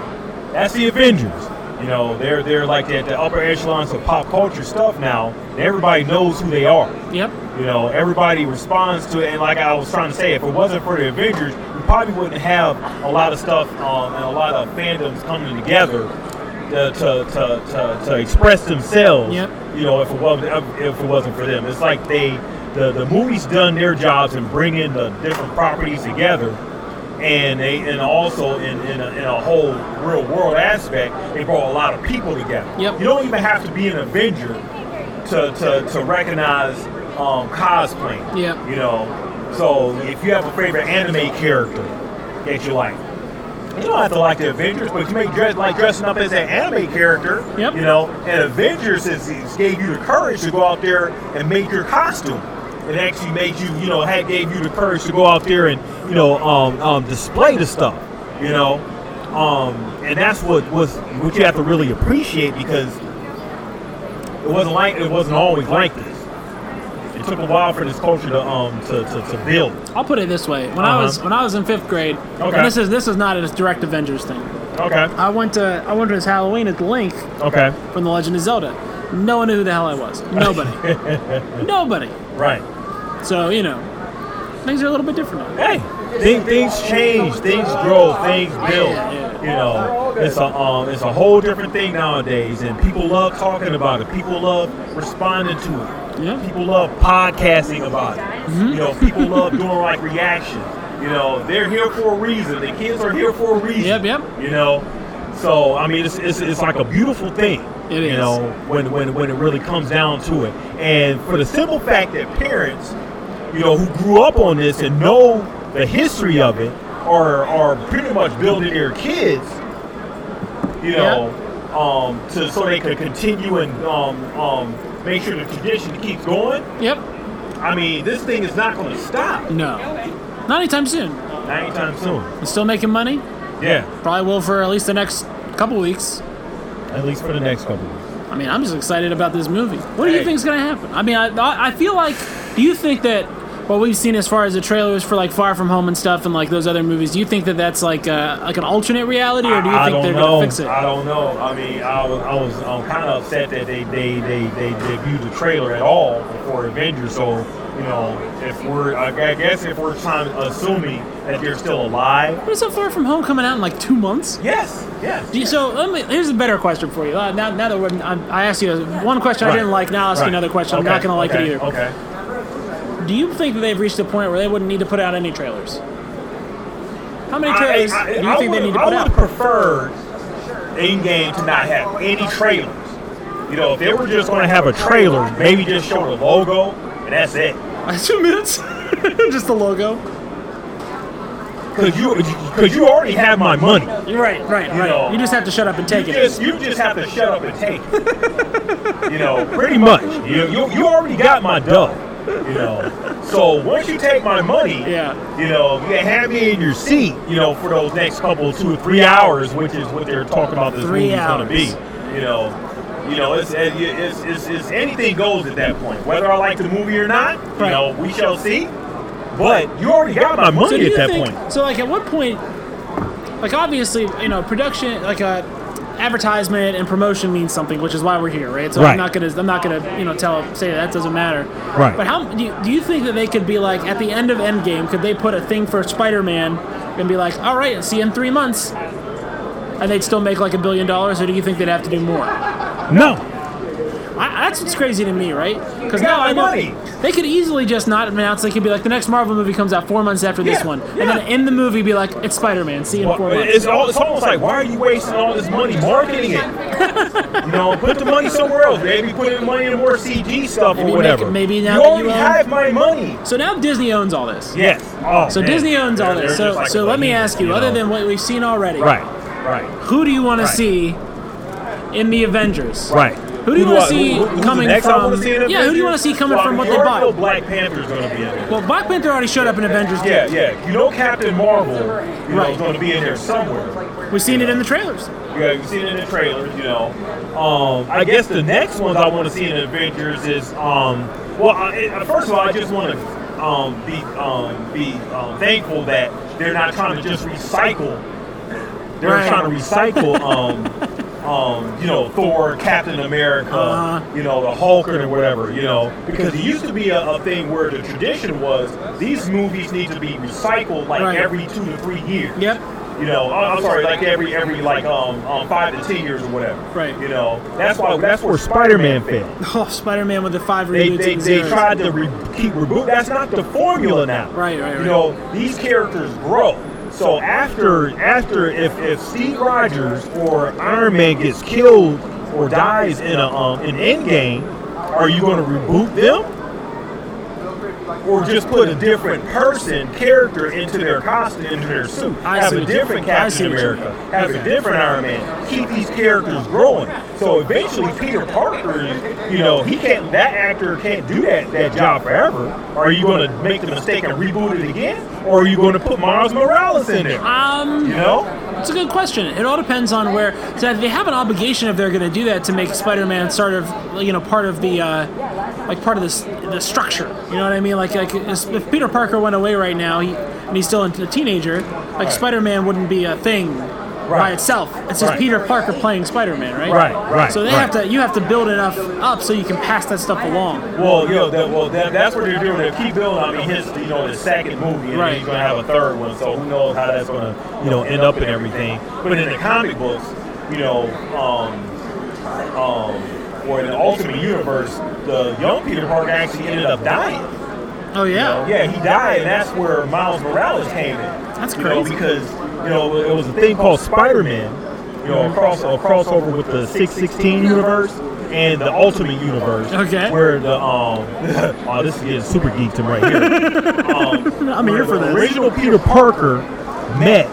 Speaker 2: that's the Avengers. You know, they're they're like at the upper echelons of pop culture stuff now. and everybody knows who they are.
Speaker 1: Yep.
Speaker 2: You know, everybody responds to it. And like I was trying to say, if it wasn't for the Avengers, we probably wouldn't have a lot of stuff um, and a lot of fandoms coming together to, to, to, to, to express themselves.
Speaker 1: Yep.
Speaker 2: You know, if it wasn't if it wasn't for them, it's like they the the movies done their jobs in bringing the different properties together. And they, and also in, in, a, in a whole real world aspect, they brought a lot of people together.
Speaker 1: Yep.
Speaker 2: You don't even have to be an Avenger to, to, to recognize um, cosplay.
Speaker 1: Yep.
Speaker 2: You know, so if you have a favorite anime character that you like, you don't have to like the Avengers, but you may dress like dressing up as an anime character.
Speaker 1: Yep.
Speaker 2: You know, and Avengers has, has gave you the courage to go out there and make your costume. It actually made you, you know, had gave you the courage to go out there and you know um, um, display the stuff. You know, um, and that's what was what you have to really appreciate because it wasn't like it wasn't always like this. It took a while for this culture to um to, to, to build.
Speaker 1: I'll put it this way: when I
Speaker 2: Uh-huh.
Speaker 1: was when I was in fifth grade,
Speaker 2: Okay.
Speaker 1: and this is this is not a direct Avengers thing.
Speaker 2: Okay.
Speaker 1: I went to I went to his Halloween at the Link
Speaker 2: Okay.
Speaker 1: from The Legend of Zelda. No one knew who the hell I was. Nobody. Nobody.
Speaker 2: Right.
Speaker 1: So you know, things are a little bit different. Now.
Speaker 2: Hey, things, things change, things grow, things build. You know, it's a um, it's a whole different thing nowadays, and people love talking about it. People love responding to it.
Speaker 1: Yeah. Mm-hmm.
Speaker 2: People love podcasting about it. You know, people love doing like reactions. You know, they're here for a reason. The kids are here for a reason.
Speaker 1: Yep, yep.
Speaker 2: You know, so I mean, it's it's, it's like a beautiful thing.
Speaker 1: It
Speaker 2: you
Speaker 1: is.
Speaker 2: know, when, when when it really comes down to it, and for the simple fact that parents, you know, who grew up on this and know the history of it, are are pretty much building their kids. You know, um, to so they can continue and um, um, make sure the tradition keeps going.
Speaker 1: Yep.
Speaker 2: I mean, this thing is not going to stop
Speaker 1: No. Not anytime soon.
Speaker 2: anytime soon.
Speaker 1: It's still making money.
Speaker 2: Yeah,
Speaker 1: Probably will for at least the next couple weeks.
Speaker 2: at least for the next couple of weeks.
Speaker 1: I mean, I'm just excited about this movie. What do you
Speaker 2: Hey.
Speaker 1: think is going to happen? I mean, I, I- I feel like. Do you think that what we've seen as far as the trailers for like Far From Home and stuff and like those other movies, do you think that that's like uh like an alternate reality, or do you
Speaker 2: I, I
Speaker 1: think they're
Speaker 2: don't
Speaker 1: going
Speaker 2: know.
Speaker 1: to fix it?
Speaker 2: I don't know. I mean, I was, I was um, kind of upset that they they, they they debuted the trailer at all for Avengers. So you know, if we're I guess if we're trying, assuming that they're still alive.
Speaker 1: What is that Far From Home coming out in like two months?
Speaker 2: Yes. Yes.
Speaker 1: Do you- So let me, here's a better question for you. Uh, now, now that we're, I'm, I asked you one question I
Speaker 2: Right.
Speaker 1: didn't like, now I'll ask
Speaker 2: Right.
Speaker 1: you another question.
Speaker 2: Okay,
Speaker 1: I'm not going to like
Speaker 2: okay,
Speaker 1: it either.
Speaker 2: Okay.
Speaker 1: Do you think that they've reached a point where they wouldn't need to put out any trailers? How many
Speaker 2: I,
Speaker 1: trailers
Speaker 2: I,
Speaker 1: do you
Speaker 2: I
Speaker 1: think
Speaker 2: would,
Speaker 1: they need to
Speaker 2: I
Speaker 1: put
Speaker 2: would
Speaker 1: out?
Speaker 2: prefer in-game to not have any trailers. You know, if they were just going to have a trailer, maybe just show the logo and that's it.
Speaker 1: Two minutes? Just the logo?
Speaker 2: Cause you, cause you already have my money.
Speaker 1: You're right, right, right.
Speaker 2: know,
Speaker 1: you just have to shut up and take
Speaker 2: You
Speaker 1: it.
Speaker 2: just, you just have to shut up and take it. You know, pretty much. You, you, you already got my dough. You know, so once you take my money,
Speaker 1: Yeah.
Speaker 2: you know, you have me in your seat. You know, for those next couple two or three hours, which is what they're talking about this
Speaker 1: Three
Speaker 2: movie's going to be.
Speaker 1: hours.
Speaker 2: You know, you know, it's, it- it's, it's, it's anything goes at that point. Whether I like the movie or not, you
Speaker 1: Right.
Speaker 2: know, we shall see. But you already got my
Speaker 1: so
Speaker 2: money
Speaker 1: do
Speaker 2: at
Speaker 1: you
Speaker 2: that
Speaker 1: think,
Speaker 2: point.
Speaker 1: So like at what point, like obviously, you know, production, like a advertisement and promotion means something, which is why we're here, right? So
Speaker 2: Right.
Speaker 1: I'm not gonna, I'm not gonna, you know, tell, say that doesn't matter.
Speaker 2: Right.
Speaker 1: But how do you, do you think that they could be like at the end of Endgame? Could they put a thing for Spider-Man and be like, all right, see you in three months? And they'd still make like a billion dollars, or do you think they'd have to do more?
Speaker 2: No,
Speaker 1: I, that's what's crazy to me, right? Because
Speaker 2: They got
Speaker 1: now I
Speaker 2: my
Speaker 1: know
Speaker 2: money.
Speaker 1: they could easily just not announce. They could be like, the next Marvel movie comes out four months after this
Speaker 2: Yeah,
Speaker 1: one,
Speaker 2: yeah.
Speaker 1: and then in the movie be like, it's Spider Man. See you in
Speaker 2: Well,
Speaker 1: four months.
Speaker 2: it's, all, it's almost like, why are you wasting all this money marketing it? you know, put the money somewhere else. Maybe put the money in more CG stuff
Speaker 1: Maybe
Speaker 2: or
Speaker 1: make-
Speaker 2: whatever.
Speaker 1: maybe now
Speaker 2: you
Speaker 1: that you
Speaker 2: already
Speaker 1: own-
Speaker 2: have my money.
Speaker 1: so now Disney owns all this.
Speaker 2: Yes. Oh,
Speaker 1: So
Speaker 2: man.
Speaker 1: Disney owns all
Speaker 2: They're-
Speaker 1: this.
Speaker 2: they're
Speaker 1: So
Speaker 2: just like
Speaker 1: so
Speaker 2: a
Speaker 1: let me
Speaker 2: behemoth,
Speaker 1: ask you,
Speaker 2: you
Speaker 1: other
Speaker 2: know.
Speaker 1: than what we've seen already,
Speaker 2: right, right,
Speaker 1: Who do you want
Speaker 2: Right.
Speaker 1: to see in the Avengers?
Speaker 2: right.
Speaker 1: Who do you
Speaker 2: I-
Speaker 1: want to see
Speaker 2: who- who's the
Speaker 1: coming
Speaker 2: next I wanna
Speaker 1: from?
Speaker 2: see
Speaker 1: yeah,
Speaker 2: in
Speaker 1: who do you
Speaker 2: Avengers?
Speaker 1: want to see coming
Speaker 2: Well,
Speaker 1: from what
Speaker 2: you
Speaker 1: they
Speaker 2: already know
Speaker 1: bought?
Speaker 2: Black Panther's going to be in there.
Speaker 1: Well, Black Panther already showed up in Avengers.
Speaker 2: Yeah, yeah. You know Captain Marvel, you know,
Speaker 1: Right.
Speaker 2: is going to be in there somewhere.
Speaker 1: We've seen it in the trailers.
Speaker 2: Yeah, you've seen it in the trailers, you know. Um, I guess the next ones I want to see in Avengers is, um, well, I, it- first of all, I just want to um, be um, be um, thankful that they're not trying to just recycle. They're
Speaker 1: Right.
Speaker 2: trying to recycle, um, um, you know, Thor, Captain America,
Speaker 1: Uh-huh.
Speaker 2: you know, the Hulk or whatever, you know, because it used to be a, a thing where the tradition was these movies need to be recycled like
Speaker 1: Right.
Speaker 2: every two to three years.
Speaker 1: Yep.
Speaker 2: You know, I'm I'm sorry, like every every like um, um five to ten years or whatever.
Speaker 1: Right.
Speaker 2: You know, that's why that's where Spider-Man failed.
Speaker 1: Oh, Spider Man with the five
Speaker 2: They
Speaker 1: reboots
Speaker 2: they,
Speaker 1: and
Speaker 2: they
Speaker 1: zeros.
Speaker 2: tried to re- keep reboot. That's not the formula now.
Speaker 1: Right, right,
Speaker 2: You
Speaker 1: right.
Speaker 2: know, these characters grow. So after after if if Steve Rogers or Iron Man gets killed or dies in a um an Endgame, are you going to reboot them? Or just put a different person character into their costume, into their suit.
Speaker 1: I
Speaker 2: have
Speaker 1: see
Speaker 2: a
Speaker 1: what you-
Speaker 2: different
Speaker 1: I see
Speaker 2: Captain
Speaker 1: what you-
Speaker 2: America, have a different Iron Man. Keep these characters growing. So eventually, Peter Parker, you know, he can't. That actor can't do that that job forever. Are you going to make the mistake and reboot it again, or are you going to put Miles Morales in there?
Speaker 1: Um,
Speaker 2: You know,
Speaker 1: It's a good question. It all depends on where. So they have an obligation if they're going to do that to make Spider-Man sort of, you know, part of the, uh, like part of this the structure. You know what I mean? Like, like if Peter Parker went away right now, he, and he's still a teenager, like Spider-Man wouldn't be a thing by
Speaker 2: Right.
Speaker 1: itself. It's just
Speaker 2: Right.
Speaker 1: Peter Parker playing Spider-Man, right?
Speaker 2: Right, right,
Speaker 1: So they
Speaker 2: right.
Speaker 1: have to, you have to build enough up so you can pass that stuff along.
Speaker 2: well, you know, that, well, that, that's what they're doing. They keep building. I mean, his, you know, the second movie, and
Speaker 1: Right.
Speaker 2: then he's going to have a third one. So who knows how that's going to, you know, end up and everything. But in the comic books, you know, um, um, or in the Ultimate Universe, the young Peter Parker actually ended up dying.
Speaker 1: Oh yeah.
Speaker 2: Yeah, he died, and that's where Miles Morales came in.
Speaker 1: That's
Speaker 2: you know,
Speaker 1: crazy.
Speaker 2: because you know it was a thing called Spider-Man. You know, a, cross, a crossover with the 616 universe and the Ultimate universe.
Speaker 1: Okay.
Speaker 2: Where the um, oh, this is getting super geeked him right here. Um,
Speaker 1: I'm here
Speaker 2: where
Speaker 1: for
Speaker 2: the
Speaker 1: this.
Speaker 2: Original Peter Parker met.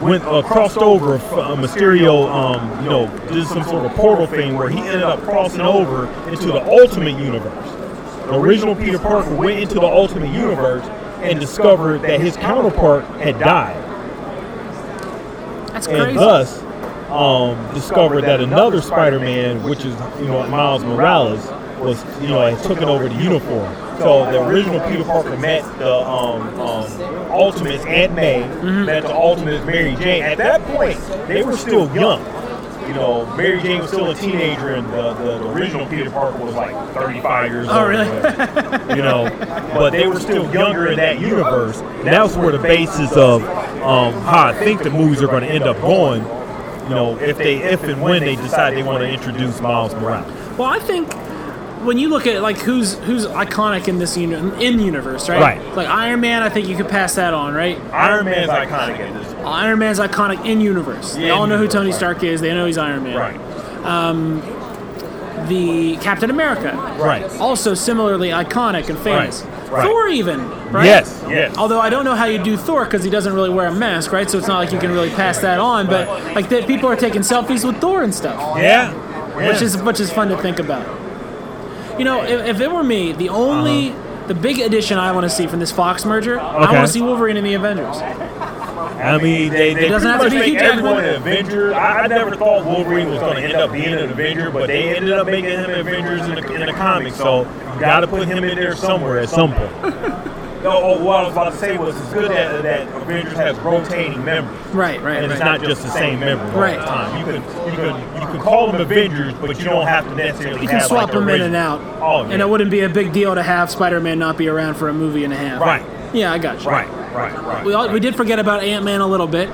Speaker 2: Went uh, crossed over f- uh, Mysterio, um, you know, did some sort of portal thing where he ended up crossing over into the Ultimate Universe. The original Peter Parker went into the Ultimate Universe and discovered that his counterpart had died,
Speaker 1: That's
Speaker 2: and
Speaker 1: crazy.
Speaker 2: thus um, discovered that another Spider-Man, which is you know Miles Morales, was you know had taken over the uniform. So the original Peter Parker met the um, um, Ultimates Aunt May,
Speaker 1: Mm-hmm.
Speaker 2: met the Ultimates Mary Jane. At that point, they were still young. You know, Mary Jane was still a teenager, and the, the, the original Peter Parker was like 35 years
Speaker 1: Oh,
Speaker 2: old.
Speaker 1: really?
Speaker 2: you know, but they were still younger in that universe. And that's where the basis of um, how I think the movies are going to end up going. You know, if they, if and when they decide they want to introduce Miles Morales.
Speaker 1: Well, I think when you look at like who's who's iconic in this uni- in universe, right?
Speaker 2: Right.
Speaker 1: Like Iron Man, I think you could pass that on, right?
Speaker 2: Iron Man's iconic at this point.
Speaker 1: Iron Man's iconic in universe. They
Speaker 2: Yeah,
Speaker 1: all know who
Speaker 2: in-universe,
Speaker 1: Tony
Speaker 2: right.
Speaker 1: Stark is. They know he's Iron Man.
Speaker 2: Right.
Speaker 1: The Captain America,
Speaker 2: Right.
Speaker 1: also similarly iconic and famous.
Speaker 2: Right.
Speaker 1: Thor even, right?
Speaker 2: Yes. Yes.
Speaker 1: Although I don't know how you do Thor because he doesn't really wear a mask, right? So it's not like you can really pass that on. But like that, people are taking selfies with Thor and stuff,
Speaker 2: Yeah.
Speaker 1: which
Speaker 2: Yeah.
Speaker 1: is which is fun to think about. You know, if, if it were me, the only the big addition I want to see from this Fox merger, I
Speaker 2: Uh-huh. Okay.
Speaker 1: want to see Wolverine in the Avengers.
Speaker 2: I mean, they, they
Speaker 1: It doesn't have to
Speaker 2: pretty
Speaker 1: be
Speaker 2: much make
Speaker 1: Hugh
Speaker 2: everyone an
Speaker 1: Jackman.
Speaker 2: Avenger. I, I never thought Wolverine was going to end up being an Avenger, but they ended up making him Avengers in the, in the comics, so you got to put him in there somewhere at some point. no, oh, what I was about to say was it's good that, that Avengers has rotating members.
Speaker 1: Right, right,
Speaker 2: And it's
Speaker 1: right.
Speaker 2: not just the same member all
Speaker 1: Right.
Speaker 2: the time. You can you can you can call them Avengers, but you don't have to necessarily.
Speaker 1: You can
Speaker 2: have,
Speaker 1: swap
Speaker 2: like,
Speaker 1: them in and
Speaker 2: original-
Speaker 1: out,
Speaker 2: Oh, yeah.
Speaker 1: and it wouldn't be a big deal to have Spider-Man not be around for a movie and a half.
Speaker 2: Right.
Speaker 1: Yeah, I got you.
Speaker 2: Right, right, right.
Speaker 1: We all, we did forget about Ant Man a little bit.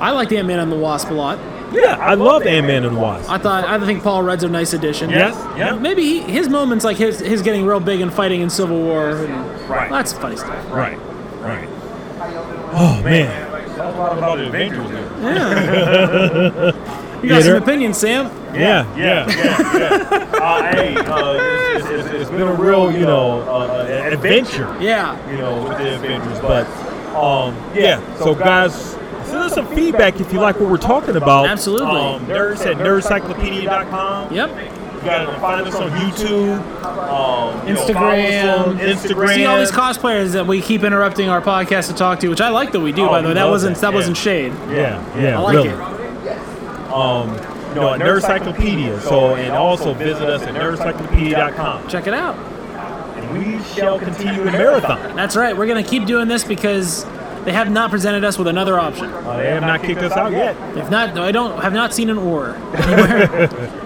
Speaker 1: I liked Ant Man and the Wasp a lot.
Speaker 2: yeah, I love Ant Man and the Wasp.
Speaker 1: I thought I think Paul Rudd's a nice addition.
Speaker 2: Yes, yeah.
Speaker 1: Maybe he, his moments like his his getting real big and fighting in Civil War. And
Speaker 2: Right.
Speaker 1: That's funny stuff.
Speaker 2: Right, right. Oh man, that's a lot about the Avengers. there.
Speaker 1: You got
Speaker 2: Yeah,
Speaker 1: some
Speaker 2: they're-
Speaker 1: opinions, Sam?
Speaker 2: Yeah, yeah, yeah. yeah. uh, hey, uh, it's, it's, it's, it's been a real, you know, uh, an adventure.
Speaker 1: Yeah.
Speaker 2: You know, with the Avengers, but um, yeah. So guys, send us some feedback if you like what we're talking about.
Speaker 1: Absolutely.
Speaker 2: Um, nerds at nerdcyclopedia.com.
Speaker 1: Yep.
Speaker 2: You gotta find us on YouTube, um, you know, follow
Speaker 1: Instagram.
Speaker 2: us on Instagram.
Speaker 1: See all these cosplayers that we keep interrupting our podcast to talk to, which I like that we do.
Speaker 2: Oh,
Speaker 1: by the
Speaker 2: we
Speaker 1: way, that
Speaker 2: love
Speaker 1: wasn't
Speaker 2: that,
Speaker 1: that
Speaker 2: yeah.
Speaker 1: wasn't shade.
Speaker 2: Yeah, yeah,
Speaker 1: I like
Speaker 2: really.
Speaker 1: it.
Speaker 2: you know, at Nerdcyclopedia. So, and also visit us at nerdcyclopedia.com.
Speaker 1: Check it out.
Speaker 2: And we shall continue the marathon.
Speaker 1: That's right. We're gonna keep doing this because they have not presented us with another option.
Speaker 2: Uh, they have not kicked us out yet.
Speaker 1: If not, I don't have not seen an or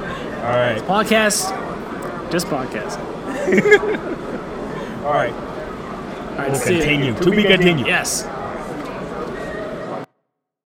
Speaker 2: All right,
Speaker 1: podcast. Just podcast.
Speaker 2: all right.
Speaker 1: All right,
Speaker 2: We'll
Speaker 1: see you.
Speaker 2: continue. To be continued.
Speaker 1: Yes.